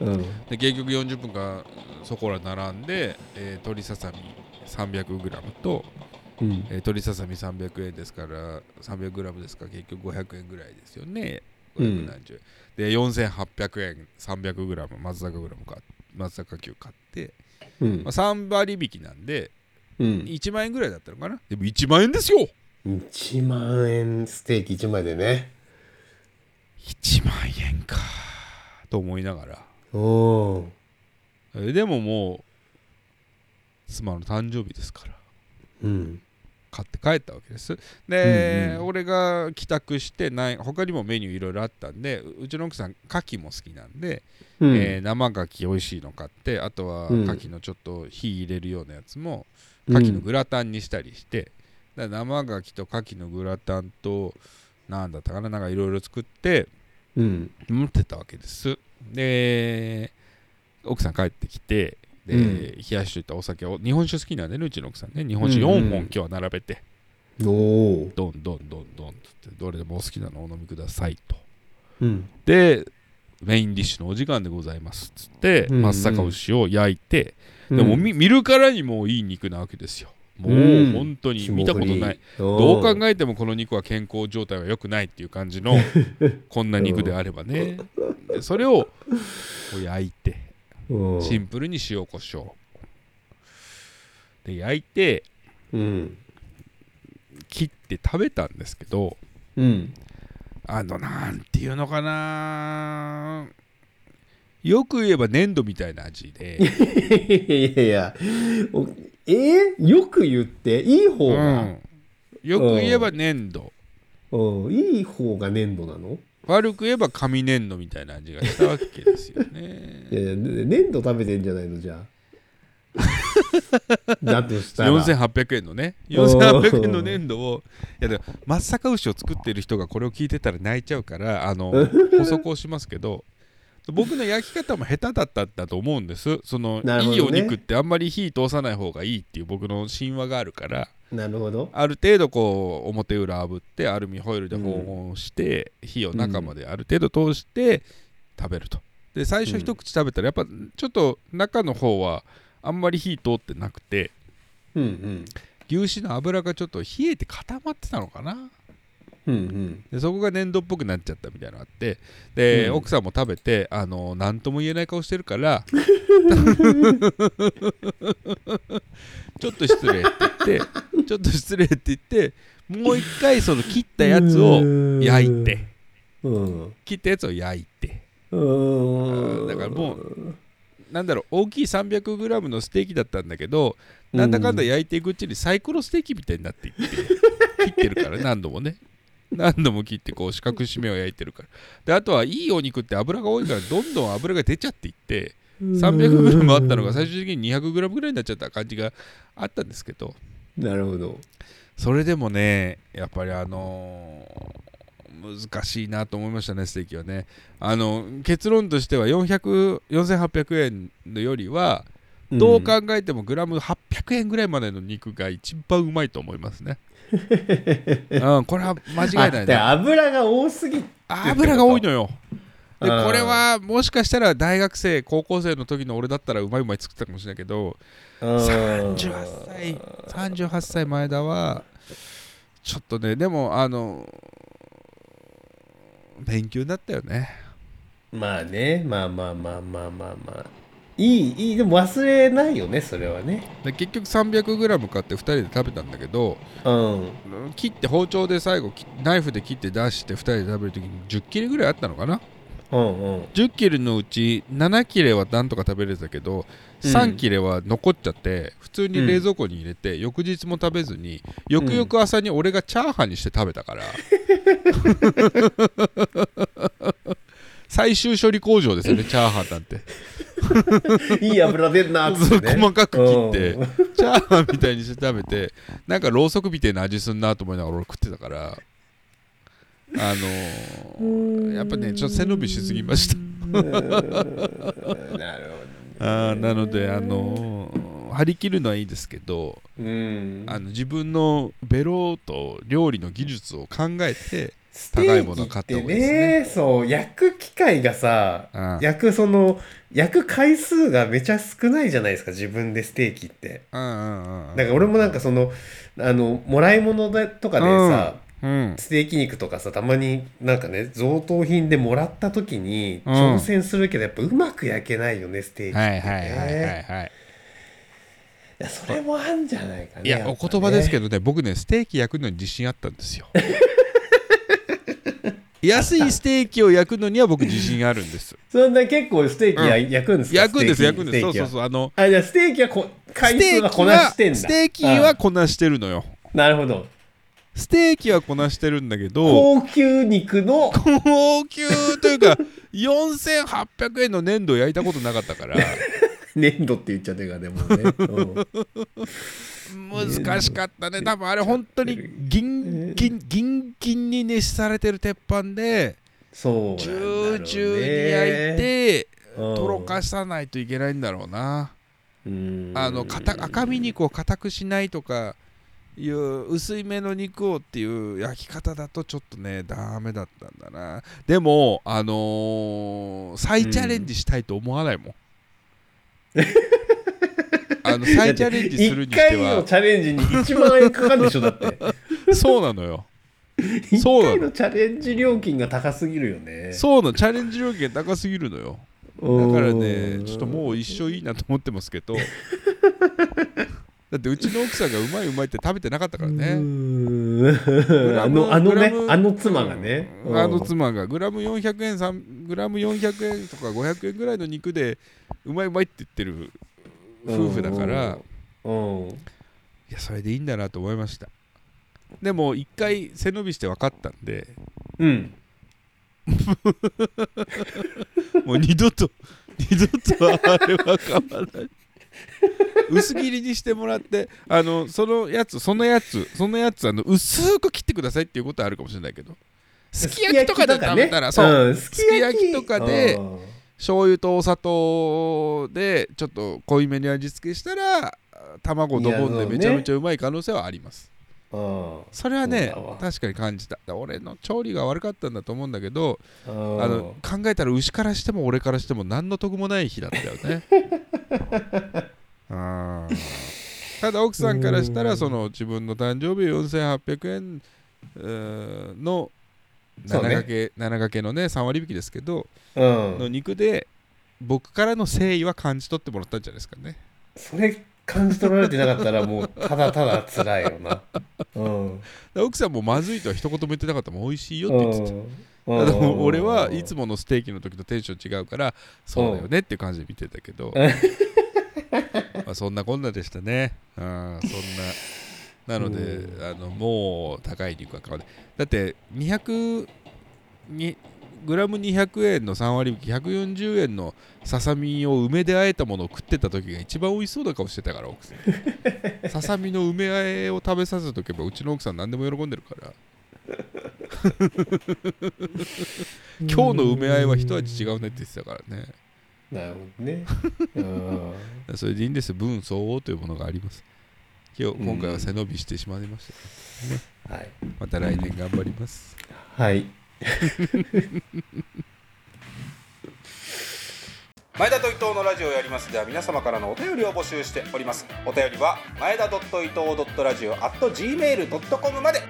S2: うん、うん
S1: で結局40分間そこら並んで、えー鶏ささみ 300g と、えー鶏ささみ300円ですから 300g ですから結局500円ぐらいですよね
S2: うん
S1: 570円、で4800円 300g 松阪グラムか松阪牛買って、
S2: うん
S1: まあ、3割引きなんで
S2: うん、
S1: 1万円ぐらいだったのかなでも1万円ですよ
S2: 1万円ステーキ1枚でね
S1: 1万円かと思いながら
S2: おお
S1: えーでももう妻の誕生日ですから
S2: ーうん
S1: 買って帰ったわけですで、
S2: うんうん
S1: 俺が帰宅してない他にもメニューいろいろあったんでううちの奥さん牡蠣も好きなんで、
S2: うん
S1: えー生牡蠣美味しいの買ってあとは
S2: うん
S1: 牡蠣のちょっと火入れるようなやつも
S2: うん
S1: 牡蠣のグラタンにしたりして、だから生牡蠣と牡蠣のグラタンとなんだったかななんかいろいろ作って
S2: うん
S1: 持ってたわけですで奥さん帰ってきてで、
S2: うん
S1: 冷やしといたお酒を日本酒好きなんでねうちの奥さんね日本酒4本今日は並べて、
S2: おお
S1: どんどんどんどんっつってどれでもお好きなのをお飲みくださいと
S2: うん
S1: でメインディッシュのお時間でございますっつって
S2: うんうん
S1: 松阪牛を焼いて、でも見見るからにもういい肉なわけですよも
S2: う
S1: うん本当に
S2: す
S1: 見
S2: ご
S1: た
S2: く
S1: ことない、ど
S2: ど
S1: う考えてもこの肉は健康状態は良くないっていう感じのこんな肉であればねでそれをこう焼いて
S2: うん
S1: シンプルに塩コショウで焼いて
S2: うん
S1: 切って食べたんですけど、
S2: うん
S1: あのなんていうのかなよく言えば粘土みたいな味で、
S2: いやいやいやおえーよく言っていい方
S1: う
S2: が、
S1: ん、よく言えば粘土
S2: うんいい方が粘土なの
S1: 悪く言えば紙粘土みたいな味がしたわけですよ
S2: <laughs>
S1: ね
S2: いやいやね粘土食べてんじゃないのじゃあ <laughs> だとしたら
S1: 4800円のね4800円の粘土をいやでも松阪牛を作ってる人がこれを聞いてたら泣いちゃうからあの
S2: <laughs>
S1: 補足をしますけど僕の焼き方も下手だったんだと思うんですその、
S2: なるほ
S1: い
S2: ど
S1: い
S2: ね
S1: お肉ってあんまり火通さない方がいいっていう僕の神話があるから
S2: なるほど
S1: ある程度こう表裏炙ってアルミホイルで保温して、火を中まである程度通して食べるとで最初
S2: うん
S1: 一口食べたらやっぱちょっと中の方はあんまり火通ってなくて
S2: うんうん
S1: 牛脂の油がちょっと冷えて固まってたのかな
S2: うんうん
S1: でそこが粘土っぽくなっちゃったみたいなのあってで、
S2: うん
S1: 奥さんも食べてあの何とも言えない顔してるから
S2: <laughs>
S1: ちょっと失礼って言ってちょっと失礼って言ってもう一回その切ったやつを焼いて
S2: うんう
S1: 切ったやつを焼いて
S2: ーん
S1: だからもうなんだろう大きい 300g のステーキだったんだけどなんだかんだ焼いていくうちにサイコロステーキみたいになっていって切ってるから何度もね何度も切ってこう四角締めを焼いてるからであとはいいお肉って油が多いからどんどん油が出ちゃっていって
S2: う
S1: 300g
S2: ん
S1: あったのが最終的に 200g ぐらいになっちゃった感じがあったんですけど
S2: なるほど
S1: それでもねやっぱりあのー難しいなと思いましたねステーキはねあの結論としては400 4800円のよりはどう考えてもグラム800円ぐらいまでの肉が一番うまいと思います
S2: <laughs>
S1: ね。うん、これは間
S2: うん
S1: 違いな
S2: あ
S1: い
S2: で
S1: ね。
S2: 油が多すぎ
S1: 油が多いのよ。で
S2: あー
S1: これはもしかしたら大学生高校生の時の俺だったらうまいうまい作ってたかもしれないけど38
S2: 38
S1: 歳38歳前田はちょっとねでもあの勉強になったよね。
S2: まあねまあまあまあまあまあまあいいいいでも忘れないよねそれはね
S1: で結局 300g 買って2人で食べたんだけど、
S2: うん
S1: 切って包丁で最後きナイフで切って出して2人で食べる時に10切れぐらいあったのかな
S2: うんうん
S1: 10切れのうち7切れはなんとか食べれてたけど
S2: うん
S1: 3切れは残っちゃって普通に冷蔵庫に入れて翌日も食べずに翌々朝に俺がチャーハンにして食べたから <laughs> 最終処理工場ですよねチャーハンなんて
S2: いい油出んなっつ
S1: <laughs>
S2: って、ね、
S1: 細かく切って
S2: うん
S1: チャーハンみたいにして食べてなんかろうそくみたいな味すんなと思いながら俺食ってたからあのー、やっぱねちょっと背伸びしすぎま
S2: <laughs>
S1: した
S2: なるほ
S1: あーなのであのー張り切るのはいいですけど
S2: どうん
S1: あの自分のベロと料理の技術を考えて
S2: ステ
S1: 高いも
S2: ーキ
S1: のを買
S2: っ
S1: った
S2: て
S1: 方がいいで
S2: ねそう焼く機会がさ
S1: うん
S2: 焼くその焼く回数がめちゃ少ないじゃないですか自分でステーキって
S1: うんうんうんうん
S2: だから俺もなんかそのあのもらい物でとかでさ、
S1: うん
S2: ステーキ肉とかさたまになんかね贈答品でもらった時に
S1: うん
S2: 挑戦するけど、やっぱうまく焼けないよねステーキって、ね
S1: はいはいはいはいはい
S2: いやそれもあんじゃないか
S1: い
S2: ね
S1: や、お言葉ですけ
S2: ど
S1: どね、僕ね、ステーキ焼くのに自信あったん
S2: <laughs>
S1: ですよ。安いステーキを焼くのには僕自信あるんです。
S2: そんな結構ステーキや、焼くんですか
S1: 焼くんです、
S2: ステー
S1: 焼
S2: キ
S1: くんです。そうそう
S2: ステーキは
S1: そう、あの、
S2: あじゃあステーキはこ
S1: ス
S2: 回
S1: テ
S2: 数
S1: ー
S2: は
S1: キ
S2: こなしてんだ
S1: ステーキは
S2: あ
S1: こなしてるのよ。
S2: なるほど
S1: ステーキはこなしてるんだけど、
S2: 高級肉の
S1: 高級というか、4800円の粘土を焼いたことなかった
S2: <laughs>
S1: から、
S2: 粘土って言っちゃってるからねもうね、うん
S1: 難しかったね。多分あれ、本当にギンギン、ギンギンに熱されてる鉄板で、
S2: そう
S1: ジ
S2: なんだ
S1: ュ
S2: ろう
S1: ー
S2: ね
S1: ジューに焼いて、
S2: うん
S1: とろかさないといけないんだろうな、
S2: うん
S1: あの硬赤身肉を硬くしないとかいう薄いめの肉をっていう焼き方だとちょっとねダメだったんだなでもあのー再チャレンジしたいと思わないもん、あの再チャレンジするにして
S2: 1回の
S1: は
S2: チャレンジに1万円かかるでしょだって
S1: そうなの <laughs> よそ
S2: 1
S1: うなの
S2: 回のチャレンジ料金が高すぎるよね
S1: そうなのチャレンジ料金高すぎるのよだ
S2: だ
S1: からねちょっともう一生いいなと思ってますけ <laughs> どだってうちの奥さんがうまいうまいって食べてなかったからね
S2: う
S1: グ
S2: ーん
S1: ラ
S2: あ
S1: ム
S2: のあのね
S1: グラム
S2: あの妻がね、
S1: うんあの妻がグラム400円さんグラム400円とか500円ぐらいの肉でうまいうまいって言ってる夫婦だから
S2: うんうん
S1: いやそれでいいんだなと思いましたでも一回背伸びして分かったんで
S2: うん
S1: もう二度と <laughs> 二度とあれは買わない薄切りにしてもらってあのそのやつそのやつそのやつあの薄く切ってくださいっていうことはあるかもしれないけどすき焼きとかで食べたら、
S2: すき
S1: そう、
S2: 焼きとか
S1: すき焼きとか
S2: ねうんすき焼き
S1: で
S2: うん
S1: 醤油とお砂糖でちょっと濃いめに味付けしたら卵ドボンでめちゃめちゃうまい可能性はあります
S2: うん
S1: それはね
S2: そうだわ
S1: 確かに感じた俺の調理が悪かったんだと思うんだけど
S2: うん
S1: あの考えたら牛からしても俺からしても何の得もない日だったよ
S2: <laughs>
S1: ねあーただ奥さんからした
S2: う
S1: ら
S2: ん
S1: その自分の誕生日4800円うーんの7
S2: そうね
S1: 掛け,、七掛けのね3割引きですけど
S2: う
S1: の
S2: ん、
S1: 肉で僕からの誠意は感じ取ってもらったんじゃないですかね
S2: それ感じ取られてなかったらもうただただ辛いよな。うん、
S1: だから奥さんもまずいとは一言も言ってなかったもん美味しいよって言ってた
S2: うん
S1: ただもう俺はいつ
S2: も
S1: ものステーキの時とテンション違うからそうだよねっていう感じで見てたけど <laughs> まあそんなこんなでしたねあーそんななので
S2: う
S1: あのもう高い肉は買わないだって200にグラム200円の3割引き140円のささみを梅で和えたものを食ってた時が一番美味しそうな顔してたから奥さ
S2: <laughs>
S1: んささみの梅和えを食べさせとけばうちの奥さん何でも喜んでるから今日の梅和えは一味違うねって言ってたからね
S2: なるほど
S1: <laughs>
S2: ね。うん
S1: それでいいんですよ分相応というものがあります今日
S2: うん
S1: 今回は背伸びしてしまいました、
S2: はい。
S1: また来年頑張ります
S2: はい。
S1: 前田と伊藤のラジオをやりますでは皆様からのお便りを募集しておりますお便りは前田伊藤ラジオ at gmail.com まで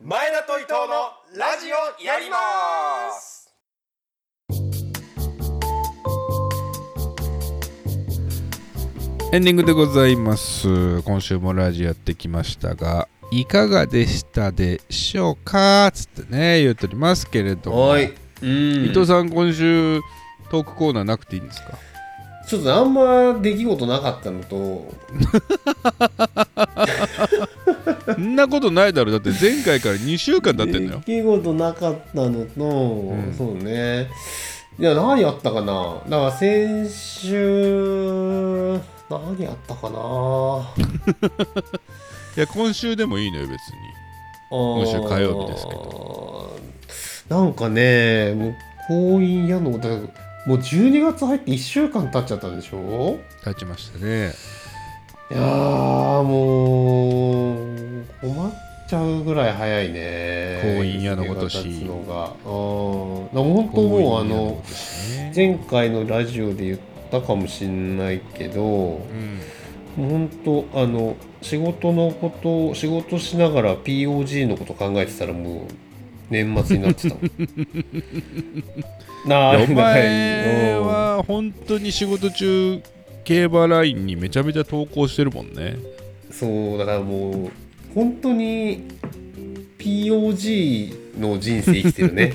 S2: 前田と伊藤のラジオやります
S1: エンディングでございます今週もラジオやってきましたがいかがでしたでしょうかつってね言うとりますけれども、
S2: はい。うん
S1: 伊藤さん今週トークコーナーなくていいんですか
S2: ちょっとあんま出来事なかったのと、
S1: そんなことないだろだって前回から2週間経ってんのよ
S2: 出来事なかったのと、
S1: ん
S2: そうね。いや、何やったかな。だから先週、何やったかな。
S1: いや今週でもいいのよ別に
S2: 今
S1: 週火曜日ですけど
S2: なんかねもう婚姻やのだからもう12月入って1週間経っちゃったでしょ
S1: 経ちましたね
S2: いやーもう困っちゃうぐらい早いね
S1: 婚姻やのごとし
S2: 日付が経つのがうんだから本当もうあの前回のラジオで言ったかもしんないけど
S1: うん
S2: 本当あの仕事のこと仕事しながら POG のこと考えてたらもう年末になってたも
S1: <laughs>
S2: んなあ
S1: お前
S2: うん
S1: は本当に仕事中競馬ラインにめちゃめちゃ投稿してるもんね
S2: そうだからもう本当に POG の人生生きてる
S1: <laughs>
S2: ね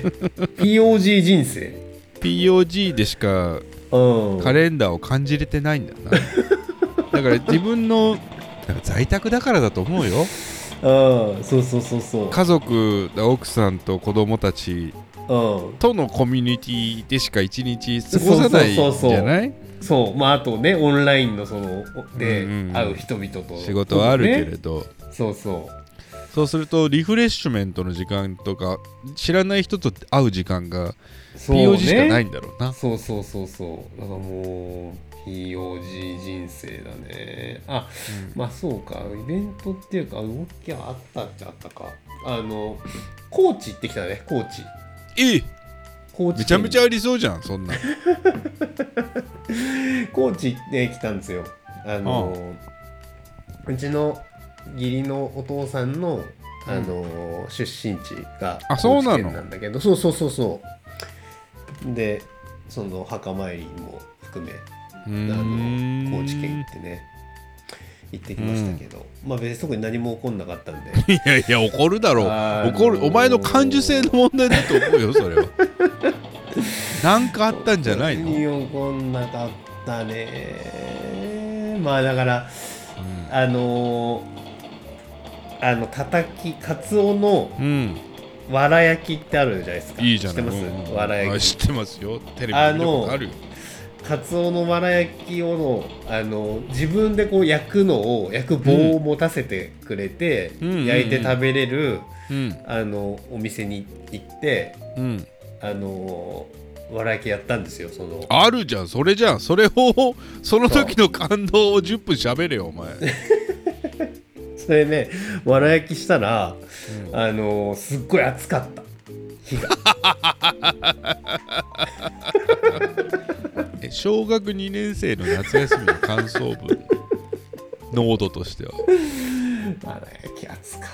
S2: POG 人生
S1: POG でしか
S2: うん
S1: カレンダーを感じれてないんだなだから自分のだから在宅だからだと思うよ
S2: うんそうそうそうそう
S1: 家族奥さんと子供たち
S2: うん
S1: とのコミュニティでしか一日過ごさないんじ
S2: そうそうそうそう
S1: ゃない
S2: そうまああとねオンラインのそので
S1: うんうんうん
S2: 会う人々と
S1: 仕事はあるけれ
S2: ね
S1: ど、
S2: そうそう
S1: そうするとリフレッシュメントの時間とか知らない人と会う時間が
S2: そう
S1: POG しか
S2: ね
S1: ないんだろうな
S2: そうそうそうそうだからもう POG 人生だねあ、まあそうかイベントっていうか動きはあったっちゃあったかあの高知行ってきたね高知
S1: ええ
S2: 高知
S1: めちゃめちゃ
S2: ゃ
S1: ありそうじゃんそんな
S2: 高知行ってきたんですよあのうちの義理のお父さんのあの、出身地が
S1: あそうなの
S2: 高知県なんだけどそうそうそうそうでその墓参りも含め
S1: う
S2: あ
S1: ーん
S2: の高知県行ってね行ってきましたけど、まあ別に特に何も起こんなかったんで
S1: いやいや怒るだろ
S2: あ
S1: う
S2: ー
S1: 怒るお前の感受性の問題だと思うよそ
S2: <laughs>
S1: れはなんかあったんじゃないの、うん
S2: 何も起こんなかったねまあだからあのーあのたたきカツオの
S1: うん、
S2: わら焼きってあるじゃないですか
S1: いいじゃない
S2: 知って
S1: うん
S2: ま
S1: う
S2: す
S1: ん
S2: わら
S1: あ
S2: 焼き
S1: 知ってますよテレビ
S2: あ
S1: 見
S2: の
S1: たことあるよ
S2: カツオのわら焼きをのあの自分でこう焼くのを焼く棒を持たせてくれて、
S1: うん
S2: 焼いて食べれる、
S1: うん
S2: あのお店に行って
S1: うん
S2: あのわら焼きやったんですよその
S1: あるじゃんそれじゃんそれをその時の感動を10分しゃべれよお前、
S2: <laughs> それねわら焼きしたらあのすっごい暑かった火が
S1: え小学2年生の夏休みの感想文濃度としては
S2: わら焼き暑かっ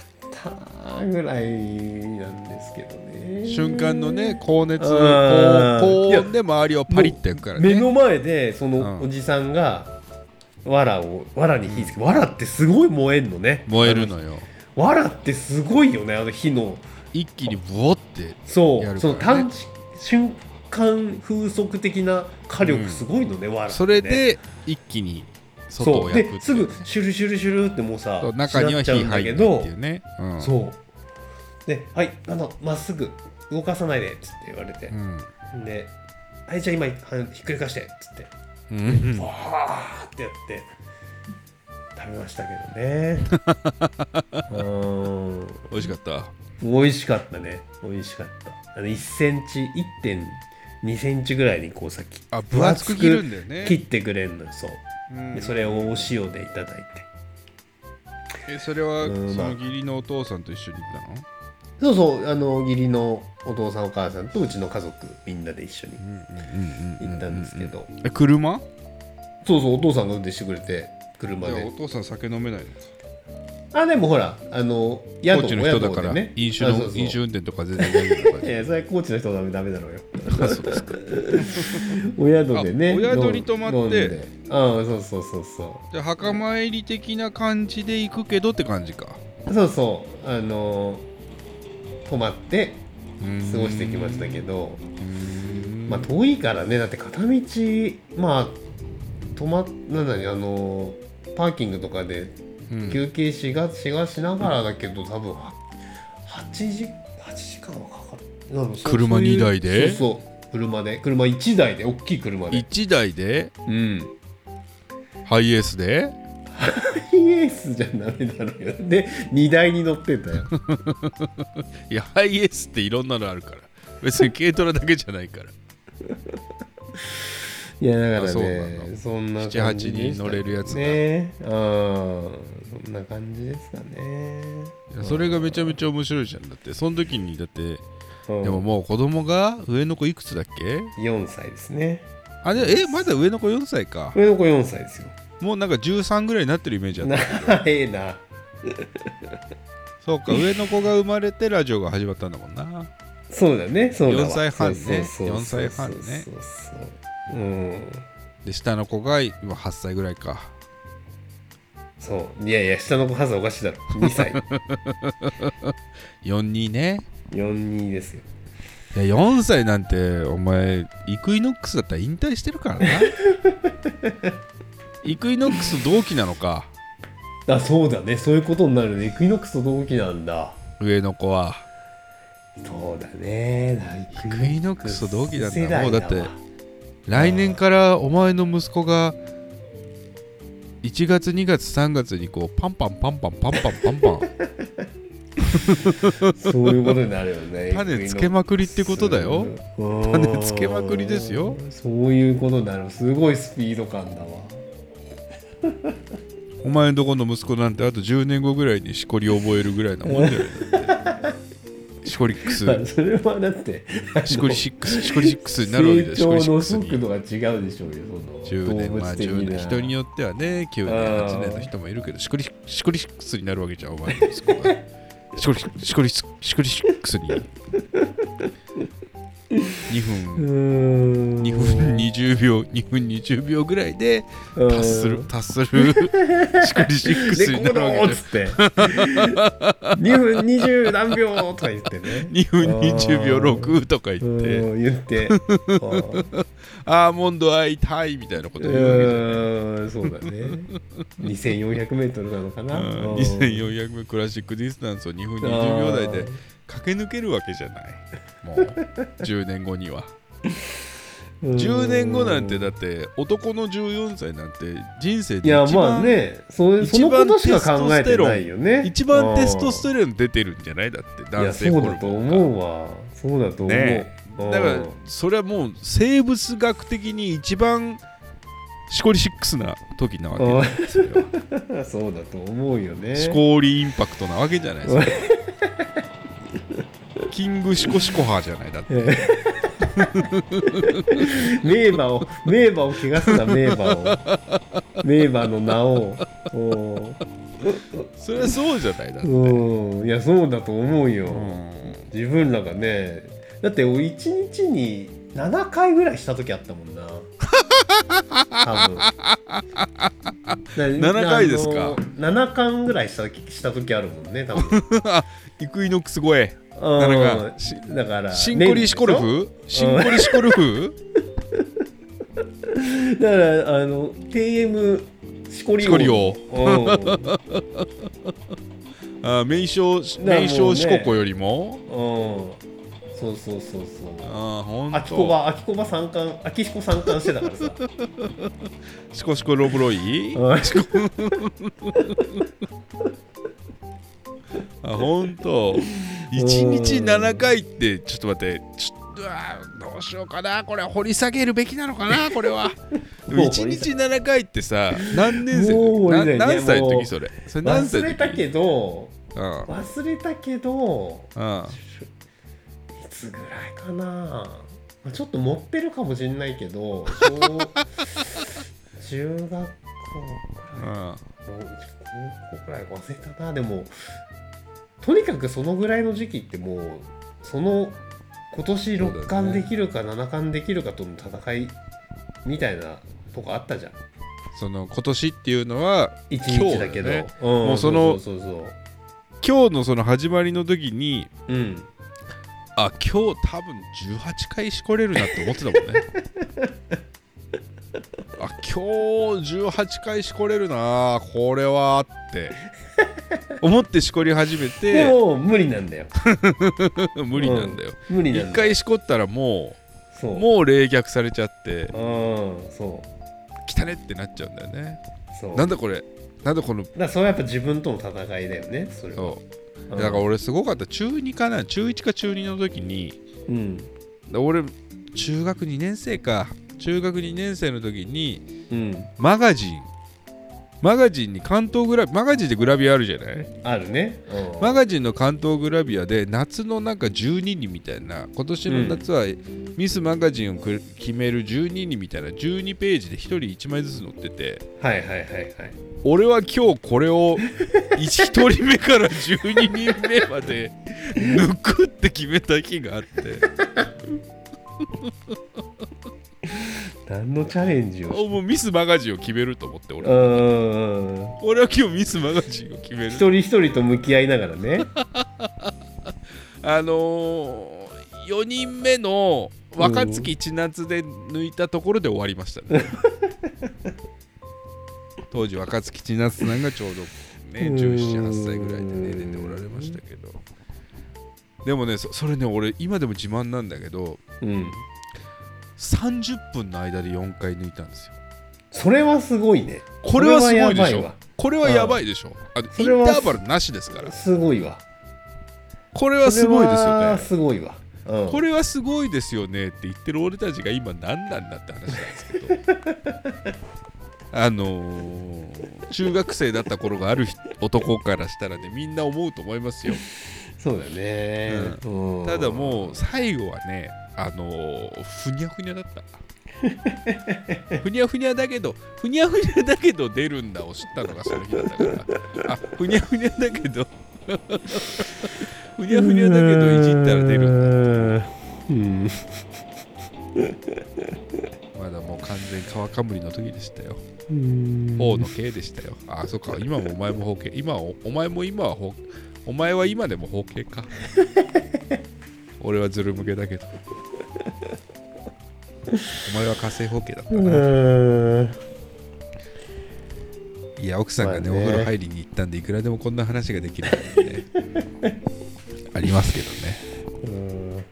S2: たぐらいなんですけどね
S1: 瞬間のね高熱
S2: うん
S1: 高高
S2: いや
S1: 温で周りをパリってやくからね
S2: 目の前でその
S1: うん
S2: おじさんが、わらをわらに火つけわらってすごい燃えんのね
S1: 燃えるのよ
S2: あのわらってすごいよねあの火の
S1: 一気にブオって
S2: そう、
S1: やるか
S2: そ
S1: ら
S2: の
S1: ね
S2: 短時瞬間風速的な火力すごいのね、わらってね
S1: それで一気に外
S2: そ
S1: を
S2: う
S1: 焼くってい
S2: で
S1: う
S2: すぐシュルシュルシュルってもうさ
S1: そう中には
S2: しなっ
S1: 火
S2: ちゃうんだ
S1: 入る
S2: け
S1: っ
S2: ど
S1: ていうね、うん、
S2: そうで「はいあのまっすぐ動かさないで」っつって言われて
S1: う、ん
S2: で「はいじゃあ今はひっくり返して」っつって
S1: うん
S2: わーってやって食べましたけどねうーん
S1: 美味しかった
S2: 美味しかったね美味しかったあの1センチ1.2センチぐらいにこうさっき
S1: あ分厚く切るんだよね
S2: 切ってくれるのよそう
S1: うん
S2: でそれをお塩でいただいて
S1: えそれはそ
S2: うん
S1: の義理のお父さんと一緒に行ったの
S2: そうそうあの義理のお父さんお母さんとうちの家族みんなで一緒に
S1: うん
S2: 行ったんですけど、
S1: え車
S2: そうそうお父さんが運転してくれて車
S1: いやお
S2: で
S1: 父さん酒飲めないの
S2: あでもほらあの宿
S1: 高知の人だか
S2: お宿
S1: ら
S2: でね
S1: 飲酒
S2: あそう
S1: の
S2: そう
S1: 飲酒運転とか全然大丈夫だか
S2: <laughs> いやそれ高知の人はダメだろうよ
S1: らそうですか
S2: お宿でね
S1: あお宿に泊まって
S2: 飲んでああそうそうそうそ
S1: じゃあ墓参り的な感じで行くけどって感じか
S2: うそうそうあの泊まって過ごしてきましたけどまあ遠いからねだって片道まあ泊まっなんだねあのパーキングとかで
S1: うん
S2: 休憩しがしがしながらだけど多分は8時8時間はかかるなんかそう
S1: 車
S2: そういう
S1: 2台で
S2: そうそう車で車1台で大きい車で
S1: 1台で
S2: うん
S1: ハイエースで
S2: イエスじゃダメだろうよで荷台に乗っ
S1: <laughs>
S2: てたよ
S1: いやハイエースっていろんなのあるから別に軽トラだけじゃない
S2: <laughs>
S1: から
S2: いやだか
S1: あ
S2: ら
S1: そうな
S2: ね
S1: の
S2: そんな感じでし
S1: 7-8人
S2: た
S1: 乗れるやつだ
S2: ねうんそんな感じですかね
S1: いやそれがめちゃめちゃ面白いじゃんだってその時にだって
S2: うん
S1: でももう子供が上の子いくつだっけ
S2: 4歳ですね
S1: あれえまだ上の子4歳か
S2: 上の子4歳ですよ
S1: もうなんか13ぐらいになってるイメージあった
S2: 長いな
S1: そうか上の子が生まれてラジオが始まったんだもんな
S2: そうだねそうだわ
S1: 4歳半ね
S2: そうそうそう
S1: 4歳半ね
S2: そうそううん
S1: で下の子が今8歳ぐらいか
S2: そういやいや下の子はずおかしいだろ2歳
S1: <laughs> 42ね
S2: 42ですよ
S1: いや4歳なんてお前イクイノックスだったら引退してるから
S2: <laughs>
S1: なイクイノックス同期なのか
S2: あそうだねそういうことになるねイクイノックスと同期なんだ
S1: 上の子は
S2: そうだねイ
S1: クイノックスと同期なんだ
S2: 世代わ
S1: もうだって来年からお前の息子が1月2月3月にこうパンパンパンパンパンパンパンパン
S2: そういうことになるよね
S1: <laughs> 種つけまくりってことだよ種
S2: 種
S1: つけまくりですよ
S2: そういうことになるすごいスピード感だわ
S1: お前のとこの息子なんてあと10年後ぐらいにしこり覚えるぐらいなもんだよねだ
S2: <laughs>
S1: ってしこりックス
S2: まあそれはだって
S1: しこりシックスしこりシックスになるわけだよしこ
S2: 成
S1: りシッ
S2: 長の
S1: クスに
S2: 速度が違うでしょうよその
S1: 10年まあ10年人に
S2: よ
S1: よってはね9年
S2: うん
S1: 8年の人もいるけどしこりしこりシックスになるわけじゃんお前の
S2: <laughs>
S1: 息子がしこりしこりしこりシックスに2分
S2: ん
S1: 2分20秒2分20秒ぐらいで達する達する
S2: <laughs>
S1: しくじシックスにな
S2: 猫
S1: るわ
S2: の
S1: け
S2: っ
S1: です
S2: つって2分20何秒とか言ってね
S1: 2分20秒
S2: うん
S1: 6とか言って
S2: うん言って
S1: アーモンド会いたいみたいなこと
S2: う
S1: 言うわけじゃない
S2: んそうだね 2400m なのかな
S1: うん
S2: うん
S1: 2400メートルクラシックディスタンスを2分20秒台で駆け抜けるわけじゃないもう10年後
S2: <laughs>
S1: には
S2: うん
S1: 10年後なんてだって男の14歳なんて人生
S2: い
S1: で
S2: や
S1: 一
S2: まあ
S1: 番、
S2: ねそそのことしか考えてないよね
S1: 一番テストス
S2: テ
S1: テロン出てるんじゃないだって
S2: い
S1: 男
S2: や
S1: 性
S2: そ
S1: ホ
S2: う
S1: ル
S2: だと
S1: モン
S2: 思うわそうだと思う、
S1: ね
S2: うん
S1: だからそれはもう生物学的に一番シコリシックスな時なわけじゃないそれは
S2: そうだと思うよね
S1: シコーリインパクトなわけじゃないですか。キングシコシコ派じゃないだって。
S2: 名馬を名馬を汚すな名馬を名馬の名をお
S1: それはそうじゃないだって。
S2: ーうんいやそうだと思うよ、
S1: うん
S2: 自分らがねだって俺一日に7回ぐらいした時あったもんな多
S1: <laughs>
S2: 分
S1: 7回ですか
S2: 7巻ぐらいした時した時あるもんね
S1: <laughs>
S2: 多分
S1: イクイノックス越え。
S2: うん
S1: 7回し
S2: だから
S1: シンコリシコルフシンコリシコルフ
S2: だからあの TM しこり
S1: シコリオ。
S2: うん
S1: あ名称、
S2: らもうね
S1: 名称シココよりも
S2: うんそうそうそうそう。
S1: ああ、ほん
S2: あきこ
S1: と。
S2: ば、あきこば三冠、あきしこ三冠してたからさ。
S1: シコシコロブロイあ、ほんと。1日7回って、ちょっと待って。ちょっとうわどうしようかなこれ掘り下げるべきなのか
S2: <laughs>
S1: なこれはでも
S2: もう
S1: 1
S2: 掘り下
S1: 日7回ってさ何年生
S2: もう掘
S1: の時
S2: り下げる
S1: な何歳の
S2: いやも
S1: 時
S2: う
S1: それそれ何歳
S2: 忘
S1: の
S2: れ
S1: 時
S2: たけど、
S1: うん
S2: 忘れたけど、
S1: うん
S2: いつぐらいかな。まあちょっと持ってるかもしれないけど、小 <laughs> 中学校くらい、
S1: うん
S2: 高校くらい忘れたな。でも、とにかくそのぐらいの時期ってもう、その、今年
S1: そうだよね
S2: 6冠できるか7冠できるかとの戦いみたいなとこあったじゃん。
S1: その今年っていうのは
S2: 一日だけど
S1: 今日だよね
S2: うん
S1: もうその
S2: そうそうそうそう
S1: 今日のその始まりの時に
S2: うん
S1: あ今日多分18回しこれるなって思ってたもんねあ今日18回しこれるなこれはって思ってしこり始め
S2: で
S1: て
S2: も無理なんだよ
S1: 無理なんだよ
S2: 無理
S1: 一、
S2: なんだよ
S1: 回しこったらも
S2: そうう
S1: もう冷却されちゃって
S2: うんそう
S1: 汚ねってなっちゃうんだよね
S2: そう
S1: なん
S2: だ
S1: だこれなんだこの
S2: からそれはやっぱ自分との戦いだよねそれは
S1: そう
S2: う
S1: だから俺すごかった中2かな中1か中2の時に
S2: うん
S1: で俺中学2年生か中学2年生の時に
S2: うん
S1: マガジンマガジンに関東グラビマガジンでグラビアあるじゃない
S2: あるねうん
S1: マガジンの関東グラビアで夏のなんか12人みたいな今年の夏はミスマガジンをく決める12人みたいな12ページで1人1枚ずつ載ってて
S2: はいはいはいはい
S1: 俺は今日これ <laughs> を1人目から12人目まで抜くって決めた日があ <laughs> って。
S2: 何のチャレンジを
S1: おもうミスマガジンを決めると思って
S2: う
S1: 俺
S2: ーん
S1: 俺は今日ミスマガジンを決める
S2: 一人一人と向き合いなが
S1: <laughs>
S2: らね
S1: あのー、4人目の若月千夏で抜いたところで終わりましたね、 <laughs> 当時若月千夏さんがちょうどね
S2: うん
S1: 1718歳ぐらいでね出ておられましたけどでもねそそれね俺今でも自慢なんだけど
S2: うん
S1: 30分の間で4回抜いたんですよ
S2: それはすごいね
S1: これはすごいで
S2: そ
S1: し
S2: れはやばい
S1: ょ
S2: わ
S1: これはやばいでしょあのイ
S2: そ
S1: ン
S2: れは
S1: ターバルなしですから
S2: すごいわ
S1: これはすごいです
S2: それ
S1: よ
S2: は
S1: ね。
S2: すごいわうん
S1: これはすごいですよねって言ってる俺たちが今何なんだって話なんですけど
S2: <laughs>
S1: あのー中学生だった頃がある人男からしたらねみんな思うと思いますよ
S2: そうだね、うん
S1: ただもう最後はねあのーふにゃふにゃだった <laughs> ふにゃふにゃだけどふにゃふにゃだけど出るんだを知ったのがその日だったからあふにゃふにゃだ <laughs> けどふにゃふにゃだけどいじったら出るんだ
S2: るうん
S1: まだもう完全川かぶりの時でしたよ。
S2: うん
S1: 王の刑でしたよ。あそっか、今もお前も法刑。今はおお前も今は法お前は今でも法刑
S2: <laughs>
S1: か。俺はズル向けだけど。お前は火星法刑だった
S2: う
S1: な。
S2: ん
S1: いや、奥さんがね、
S2: まあね
S1: お風呂入りに行ったんで、いくらでもこんな話ができるからね。ありますけどね。
S2: うん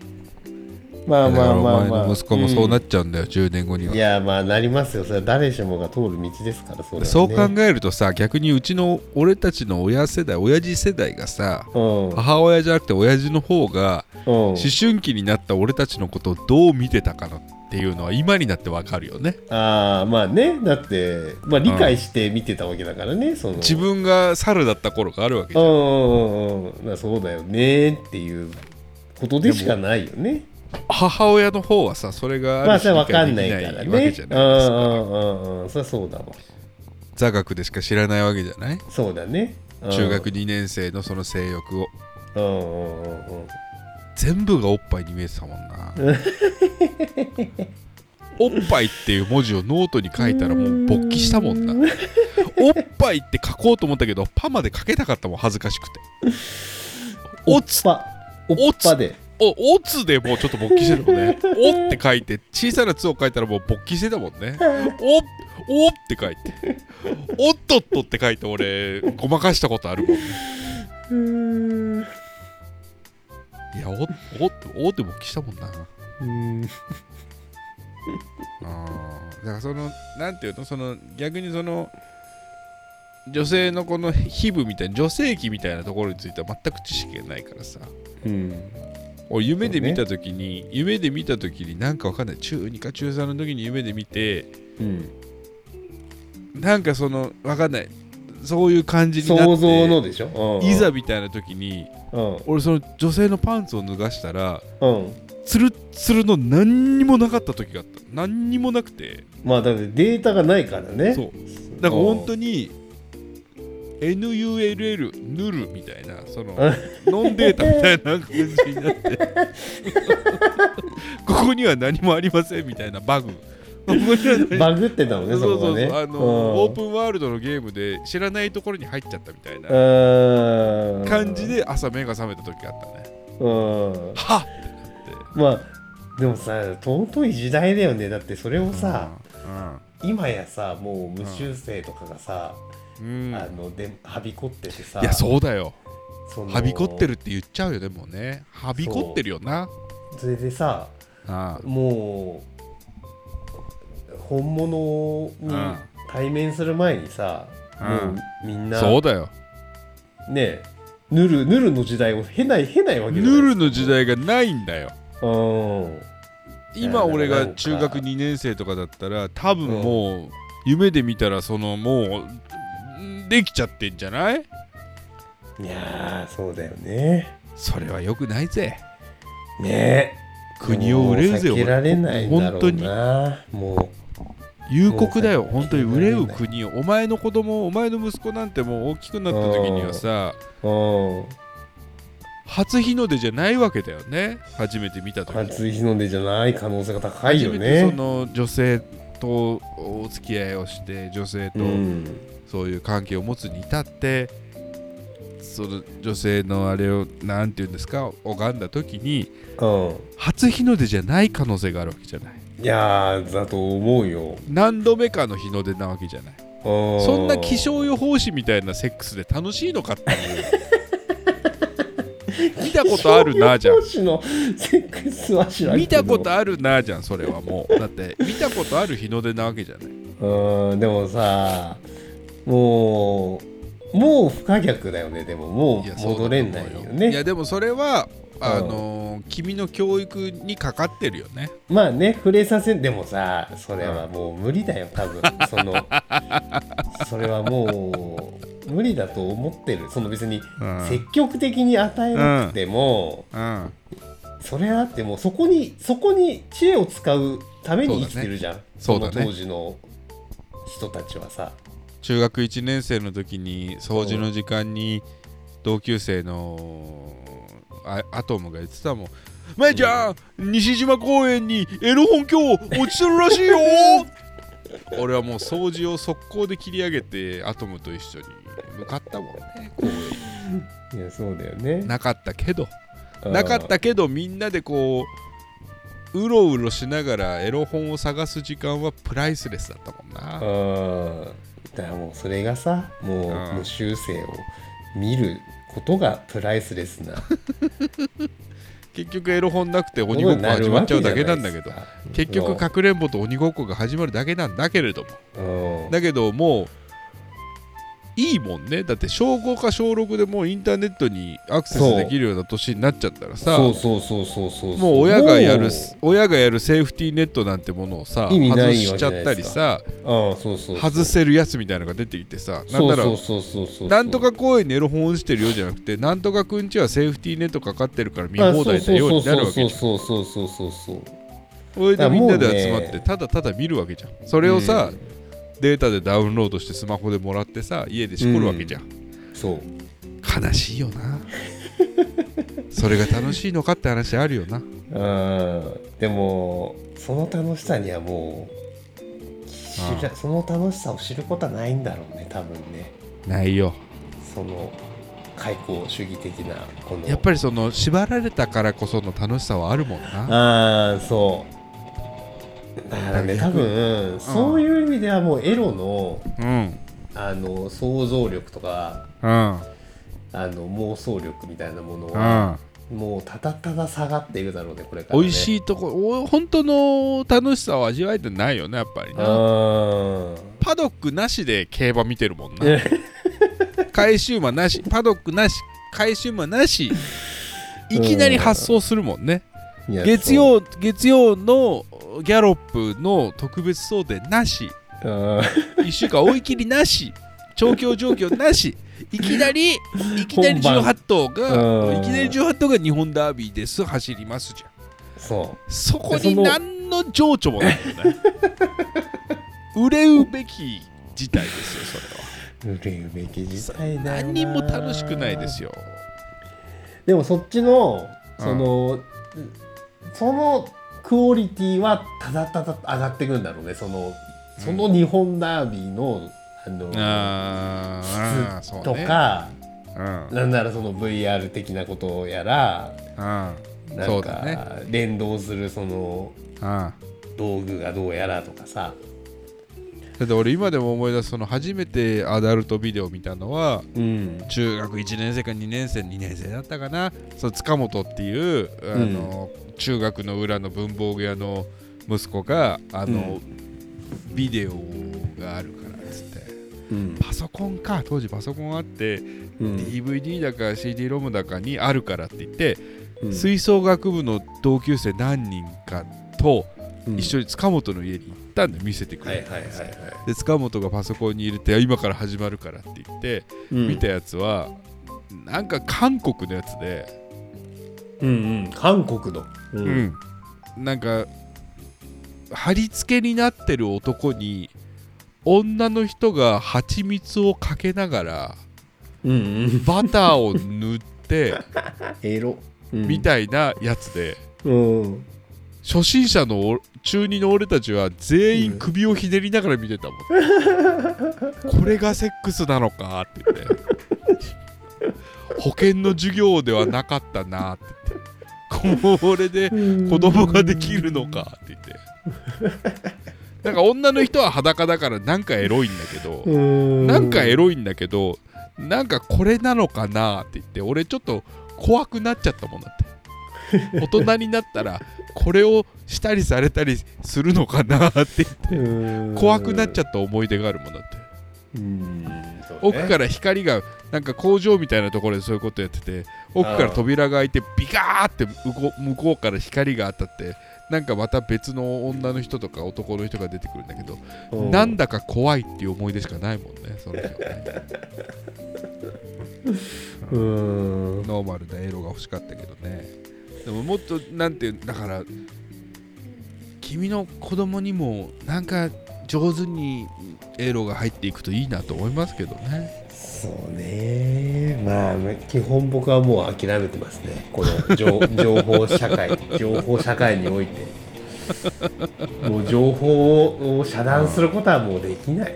S2: まあ
S1: だか
S2: ま
S1: ら
S2: あ
S1: お
S2: まあ
S1: 前
S2: まあ
S1: の息子もそうな
S2: っ
S1: っちゃうんだよ、10年後には。
S2: いやまあなりますよそれは誰しもが通る道ですからそれはね
S1: そう考えるとさ逆にうちの俺たちの親世代親父世代がさ
S2: うん
S1: 母親じゃなくて親父の方が
S2: うん
S1: 思春期になった俺たちのことをどう見てたかなっていうのは今になってわかるよね
S2: ああまあねだってまあ理解して見てたわけだからね、その
S1: 自分が猿だった頃があるわけじ
S2: う
S1: ゃん
S2: んうんうんうんなそうだよねっていうことでしかないよね
S1: 母親の方はさそれが
S2: まあ
S1: あ
S2: それは
S1: る
S2: 分
S1: 種
S2: かん
S1: 理
S2: ない
S1: 解
S2: か
S1: できな
S2: ら
S1: い
S2: ね
S1: わけじゃ
S2: う
S1: ないですか
S2: んうんうんうんそりゃそうだわ
S1: 座学でしか知らないわけじゃない
S2: そうだねうん
S1: 中学2年生のその性欲を
S2: うんうんうんうん
S1: 全部がおっぱいに見えてたもんな <laughs> おっぱいっていう文字をノートに書いたらもう勃起したもんなおっぱいって書こうと思ったけどパまで書けなかったもん恥ずかしくて <laughs> おつ
S2: おっぱおっぱで
S1: おおつでもうちょっと勃起してるもんねおって書いて小さな「つ」を書いたらもう勃起してたもんねおおって書いておっとっとって書いて俺ごまかしたことあるもんね
S2: うん
S1: いやおおおって勃起したもんな
S2: うん
S1: あーだからそのなんていうのその逆にその女性のこの皮膚みたいな女性器みたいなところについては全く知識がないからさ
S2: うん
S1: 俺夢で見た時に、夢で見た時になんかわかんない中2か中3の時に夢で見て
S2: うん
S1: なんかそのわかんないそういう感じになって
S2: 想像のでしょ、うんうん
S1: いざみたいな時に
S2: うん
S1: 俺その女性のパンツを脱がしたら
S2: うん
S1: つるつるの何にもなかった時があった何にもなくて
S2: まあだってデータがないからね
S1: そうなんか本当に NULL ヌルみたいなそのノンデータみたいな感じになって
S2: <laughs>
S1: ここには何もありませんみたいなバグここには何
S2: バグってたもんね
S1: そう
S2: こ
S1: そうそう、
S2: はね
S1: あのオープンワールドのゲームで知らないところに入っちゃったみたいな
S2: うんうん
S1: 感じで朝目が覚めた時があったね
S2: うん
S1: はっってなって
S2: まあでもさ尊い時代だよねだってそれをさ、今やさもう無修正とかがさ、
S1: うん、うんうん
S2: あのではびこっててさ
S1: いやそうだよ
S2: その
S1: はびこってるって言っちゃうよでもねはびこってるよな
S2: それでさ
S1: あ
S2: もう本物に
S1: うん
S2: 対面する前にさ、
S1: うん
S2: もうみん
S1: あ
S2: な
S1: そうだよ
S2: ねぬるぬるの時代を経ない経ないわけじゃない
S1: ヌルの時代がないんだよ
S2: うん
S1: 今俺
S2: な
S1: が
S2: んか
S1: 中学2年生とかだったら多分もう夢で見たらそのもうんできちゃってんじゃない
S2: いやーそうだよね
S1: それはよくないぜ
S2: ね
S1: 国を憂うぜ
S2: もう避けられないんだろ
S1: 本当
S2: う
S1: に
S2: なも
S1: 夕刻だよ
S2: もう
S1: 本当に憂う国をお前の子供お前の息子なんてもう大きくなった時にはさ
S2: ううん
S1: 初日の出じゃないわけだよね初めて見た時
S2: 初日の出じゃない可能性が高い
S1: 初
S2: よ
S1: めてそ
S2: ね。
S1: の女性とお付き合いをして女性と、
S2: うん、
S1: そういう関係を持つに至ってその女性のあれをなんて言うんですか拝んだ時に
S2: うん
S1: 初日の出じゃない可能性があるわけじゃない
S2: いやーだと思うよ。
S1: 何度目かの日の出なわけじゃないそ
S2: そ
S1: んな気象予報士みたいなセックスで楽しいのかっていう見たことあるな
S2: <laughs>
S1: じゃん
S2: のセックスは知らん
S1: 見
S2: けど
S1: たことあるなじゃんそれはもうだって見たことある日の出なわけじゃない
S2: うんでもさもうもう不可逆だよねでもも
S1: いや
S2: う
S1: そうだと思
S2: 戻
S1: う
S2: れないよ
S1: い
S2: ね
S1: やでもそれはあのー君の教育にかかってるよね
S2: まあね触れさせでもさそれはもう無理だよ
S1: <laughs>
S2: 多分そのそれはもう無理だと思ってるその別に
S1: うん
S2: 積極的に与えなくても、
S1: うん
S2: それはあってもうそこにそこに知恵を使うために生きてるじゃん
S1: そうだね
S2: の当時の人たちはさ
S1: 中学1年生の時に掃除の時間に同級生のあアトムが言ってたもんまえちゃん、西島公園にエロ本今日落ちてるらしいよ <laughs> 俺はもう掃除を速攻で切り上げてアトムと一緒に向かったもんね公園に
S2: いやそうだよね
S1: なかったけどなかったけどみんなでこううろうろしながらエロ本を探す時間はプライスレスだったもんな
S2: あーだからもうそれがさも
S1: あー
S2: う無修正を見ることがプライスレスな
S1: 結局エロ本なくて鬼ごっこ始まっちゃうだけなんだけど結局かくれんぼと鬼ごっこが始まるだけなんだけれども <laughs>
S2: うん
S1: だけどもういいもんねだって小5か小6でもうインターネットにアクセスできるような年になっちゃったらさ
S2: そうそうそうそうそう
S1: もう親がやる
S2: も
S1: 親がやるセーフティーネットなんてものをさ
S2: 意味ない
S1: 外
S2: わけじゃ
S1: し
S2: ないです
S1: ちゃ
S2: か
S1: ったりさ
S2: うああそうそうそう
S1: 外せるやつみたいなのが出てきてさなん
S2: そう
S1: なら
S2: そうそうそうそう
S1: なんとか公園にエロ本落ちてるようじゃなくてなんとかくんちはセーフティーネットかかってるから見放題だようになるわけじゃん
S2: そうそうそうそうそうそう
S1: それで
S2: だから
S1: みん
S2: もう
S1: な
S2: ね
S1: で集まってただただ見るわけじゃんそれをさ、データでダウンロードしてスマホでもらってさ家でしこるわけじゃん、
S2: そう
S1: 悲しいよ <laughs> なそれが楽しいのかって話あるよな
S2: うんでもその楽しさにはもう知らその楽しさを知ることはないんだろうね多分ね
S1: ないよ
S2: その開口主義的なこの
S1: やっぱりその縛られたからこその楽しさはあるもんな
S2: ああそうだからね多分、そういう意味ではもうエロの
S1: うん
S2: あの想像力とか
S1: うん
S2: あの妄想力みたいなもの
S1: う
S2: は、
S1: ん
S2: もうただただ下がっていくだろうねこれから、ね、
S1: 美味しいとこお本当の楽しさを味わえてないよねやっぱりな
S2: あ
S1: パドックなしで競馬見てるもんな回収馬なしパドックなし回収馬なしいきなり発送するもんね
S2: ーい
S1: <laughs>
S2: や
S1: 月曜月曜のギャロップの特別送電なし
S2: そうあー
S1: 1週間追い切りなし調教状況なしいきなりいきなり
S2: 本番
S1: 18頭が
S2: うん
S1: いきなり18頭が日本ダービーです走りますじゃん
S2: そ
S1: そこ
S2: そ
S1: に
S2: の
S1: 何の情緒もないよね <laughs> 売れうべき事態ですよそれは
S2: ううれうべき事態だよな
S1: 何にも楽しくないですよ。
S2: でもそっちの
S1: うん
S2: その、そのクオリティはただただ上がっていくんだろうねそのその日本ダービーのあの
S1: ああ、そうね。
S2: とか、
S1: うん、
S2: なんならその VR 的なことやら
S1: うん、
S2: な
S1: そ
S2: ん
S1: うだね。
S2: か連動するその
S1: うん。
S2: 道具がどうやらとかさ、
S1: だって俺今でも思い出すその初めてアダルトビデオ見たのは
S2: うん、
S1: 中学1年生か2年生2年生だったかなその塚本っていうあの、中学の裏の文房具屋の息子があの、ビデオがあるからっつって
S2: うん
S1: パソコンか当時パソコンあって、DVD だか CD ロムだかにあるからって言って吹奏楽部の同級生何人かと一緒に塚本の家に行ったんで見せてく
S2: はい
S1: れ
S2: はい
S1: た
S2: は
S1: ん
S2: い
S1: ですよ
S2: はい
S1: で塚本がパソコンに入れて今から始まるからって言って、
S2: うん
S1: 見たやつはなんか韓国のやつで、
S2: うんうん韓国のう
S1: なんか貼り付けになってる男に女の人が蜂蜜をかけながら
S2: うんうん
S1: バターを塗って
S2: エロ
S1: みたいなやつで。
S2: うん
S1: 初心者のお中二の俺たちは全員首をひねりながら見てたもん、これがセックスなのかって言って保険の授業ではなかったなって言ってこれで子供ができるのかって言ってなんか女の人は裸だからなんかエロいんだけど、
S2: な
S1: なんかエロいんだけどなんかこれなのかなって言って俺ちょっと怖くなっちゃったもんだ <laughs> って大人になったらこれをしたりされたりするのかなって怖くなっちゃった思い出があるもんだって奥からら光がなんか工場みたいなところでそういうことやってて奥から扉が開いてビカーって向こう向こうから光が当たってなんかまた別の女の人とか男の人が出てくるんだけどなん
S2: だ
S1: だか怖いっていう思い出しかないもんねその日はね
S2: うん
S1: ノーマルなエロが欲しかったけどねでももっとなんてだから君の子供にもなんか上手にエロが入っていくといいなと思いますけどね
S2: そうねまあ基本僕はもう諦めてますねこの情情報社会情報社会においてもう情報を遮断することはもうできない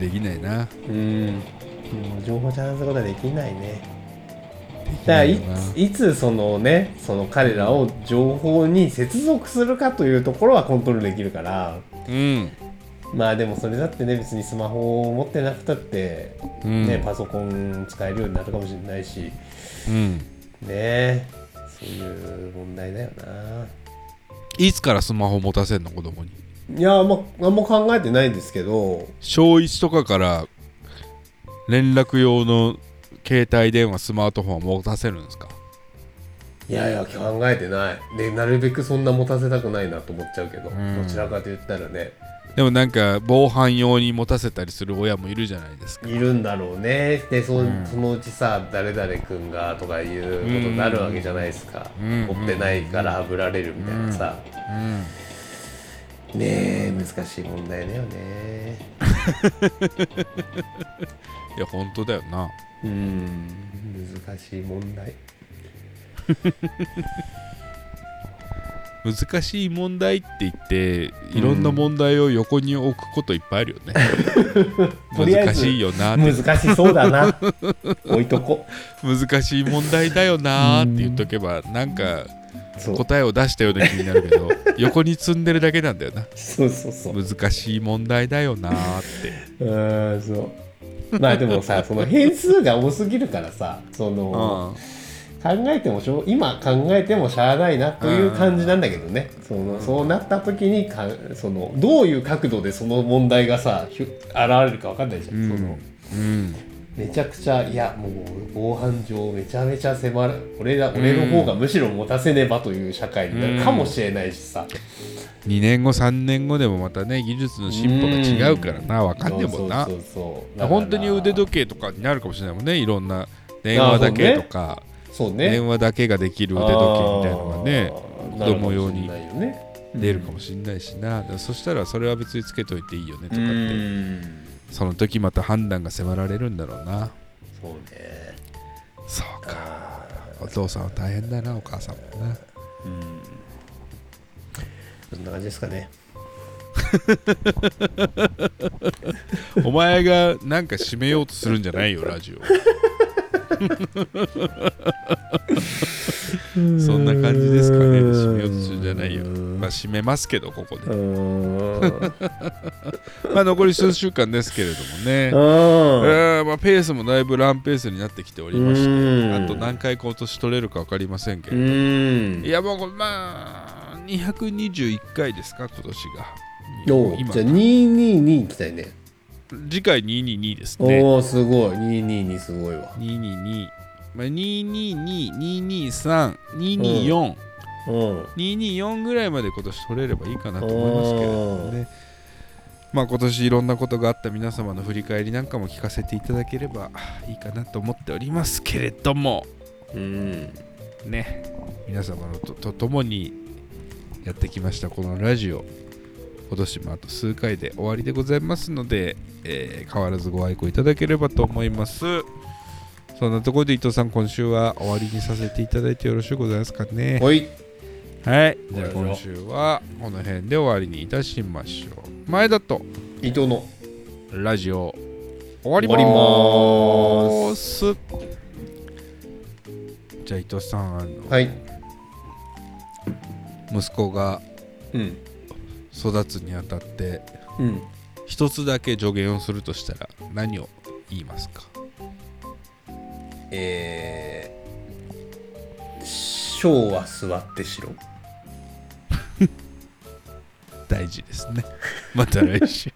S1: できないな
S2: うんもう情報遮断することはできないね
S1: でき
S2: だか
S1: な
S2: ら
S1: いよ
S2: い
S1: な
S2: ついつそのねその彼らを情報に接続するかというところはコントロールできるから
S1: うん
S2: まあでもそれだってね別にスマホを持ってなくたって、
S1: うん
S2: ねパソコン使えるようになるかもしれないしね
S1: うん
S2: そういう問題だよない
S1: つからスマホ持たせんの子供に
S2: いやまああんま考えてないんですけど
S1: 小1とかから連絡用の携帯電話スマートフォンを持たせるんですか
S2: いやいや考えてないでなるべくそんな持たせたくないなと思っちゃうけど、
S1: うん
S2: どちらかと言ったらね
S1: でもなんか防犯用に持たせたりする親もいるじゃないですか
S2: いるんだろうねでそ,、
S1: うん
S2: そのうちさ誰々君がとかいうことになるわけじゃないですか、
S1: うん
S2: 持ってないからはぶられるみたいなさ、
S1: うん
S2: ねえ難しい問題だよね
S1: いや本当だよな
S2: うん難しい問題
S1: 難しい問題って言っていろんな問題を横に置くこといっぱいあるよね、
S2: とりあえ
S1: <laughs>
S2: ず
S1: 難しいよなって
S2: 難しそうだ <laughs> な置いとこ
S1: 難しい問題だよなって言っとけばなんか
S2: そう
S1: 答えを出したような気になるけ
S2: <laughs>
S1: ど横に積んでるだけなんだよな
S2: そうそうそう
S1: 難しい問題だよなって
S2: うんそうまあでもさその変数が多すぎるからさその、
S1: うん
S2: 考えてもしょう今考えてもしゃあないなという感じなんだけどね、そのそうなった時にかそのどういう角度でその問題がさひゅ現れるか分かんないじゃん、
S1: うん
S2: その
S1: うん
S2: めちゃくちゃいやもう防犯上めちゃめちゃ迫る俺ら俺の方がむしろ持たせねばという社会になるかもしれないしさ、
S1: 2年後3年後でもまたね技術の進歩が違うからな分かんねえもんな
S2: そうそうそうだから
S1: 本当に腕時計とかになるかもしれないもんねいろんな電話だけとか、
S2: そうね
S1: 電話だけができる腕時計みたいなのがね
S2: あー
S1: 子供用に
S2: なるかもしれないよね
S1: 出るかもしれないしな、だからそしたらそれは別につけといていいよねとかって、
S2: うん
S1: その時また判断が迫られるんだろうな
S2: そうね
S1: そうか
S2: あ
S1: お父さんは大変だなお母さんも
S2: <laughs>
S1: な
S2: ーうんそんな感じですかね
S1: お前がなんか締めようとするんじゃないよラ
S2: <laughs>
S1: ジオ
S2: そ
S1: そん
S2: ん
S1: な感じですかね締めようとするんじゃないよま
S2: う
S1: あ締めますけどここで
S2: ーん
S1: <laughs> まあ残り数週間ですけれどもね、
S2: うん
S1: えーまあ、ペースもだいぶランペースになってきておりまして、
S2: うん
S1: あと何回今年取れるか分かりませんけ
S2: う
S1: ど、
S2: ん
S1: いやもうこれまあ221回ですか今年が
S2: お
S1: 今
S2: じゃあ222行きたいね
S1: 次回222ですね
S2: おおすごい222すごいわ
S1: 222まあ、222、223、
S2: うん
S1: 224ぐらいまで今年取れればいいかなと思いますけれどもね、まあ、今年いろんなことがあった皆様の振り返りなんかも聞かせていただければいいかなと思っておりますけれども、
S2: うん
S1: ね皆様のとともにやってきましたこのラジオ今年もあと数回で終わりでございますので、えー変わらずご愛顧いただければと思いますそんなところで伊藤さん今週は終わりにさせていただいてよろしゅうございますかね
S2: ほい
S1: はいじゃあ
S2: お願
S1: 今
S2: いし
S1: 週はこの辺で終わりにいたしましょう前田と
S2: 伊藤の
S1: ラジオ終わりま
S2: 終わり
S1: ーすじゃあ伊藤さんあの、
S2: はい
S1: 息子が
S2: うん
S1: 育つにあたって
S2: うん
S1: 一つだけ助言をするとしたら何を言いますか
S2: えー小は座ってしろ
S1: 大事ですねまた来週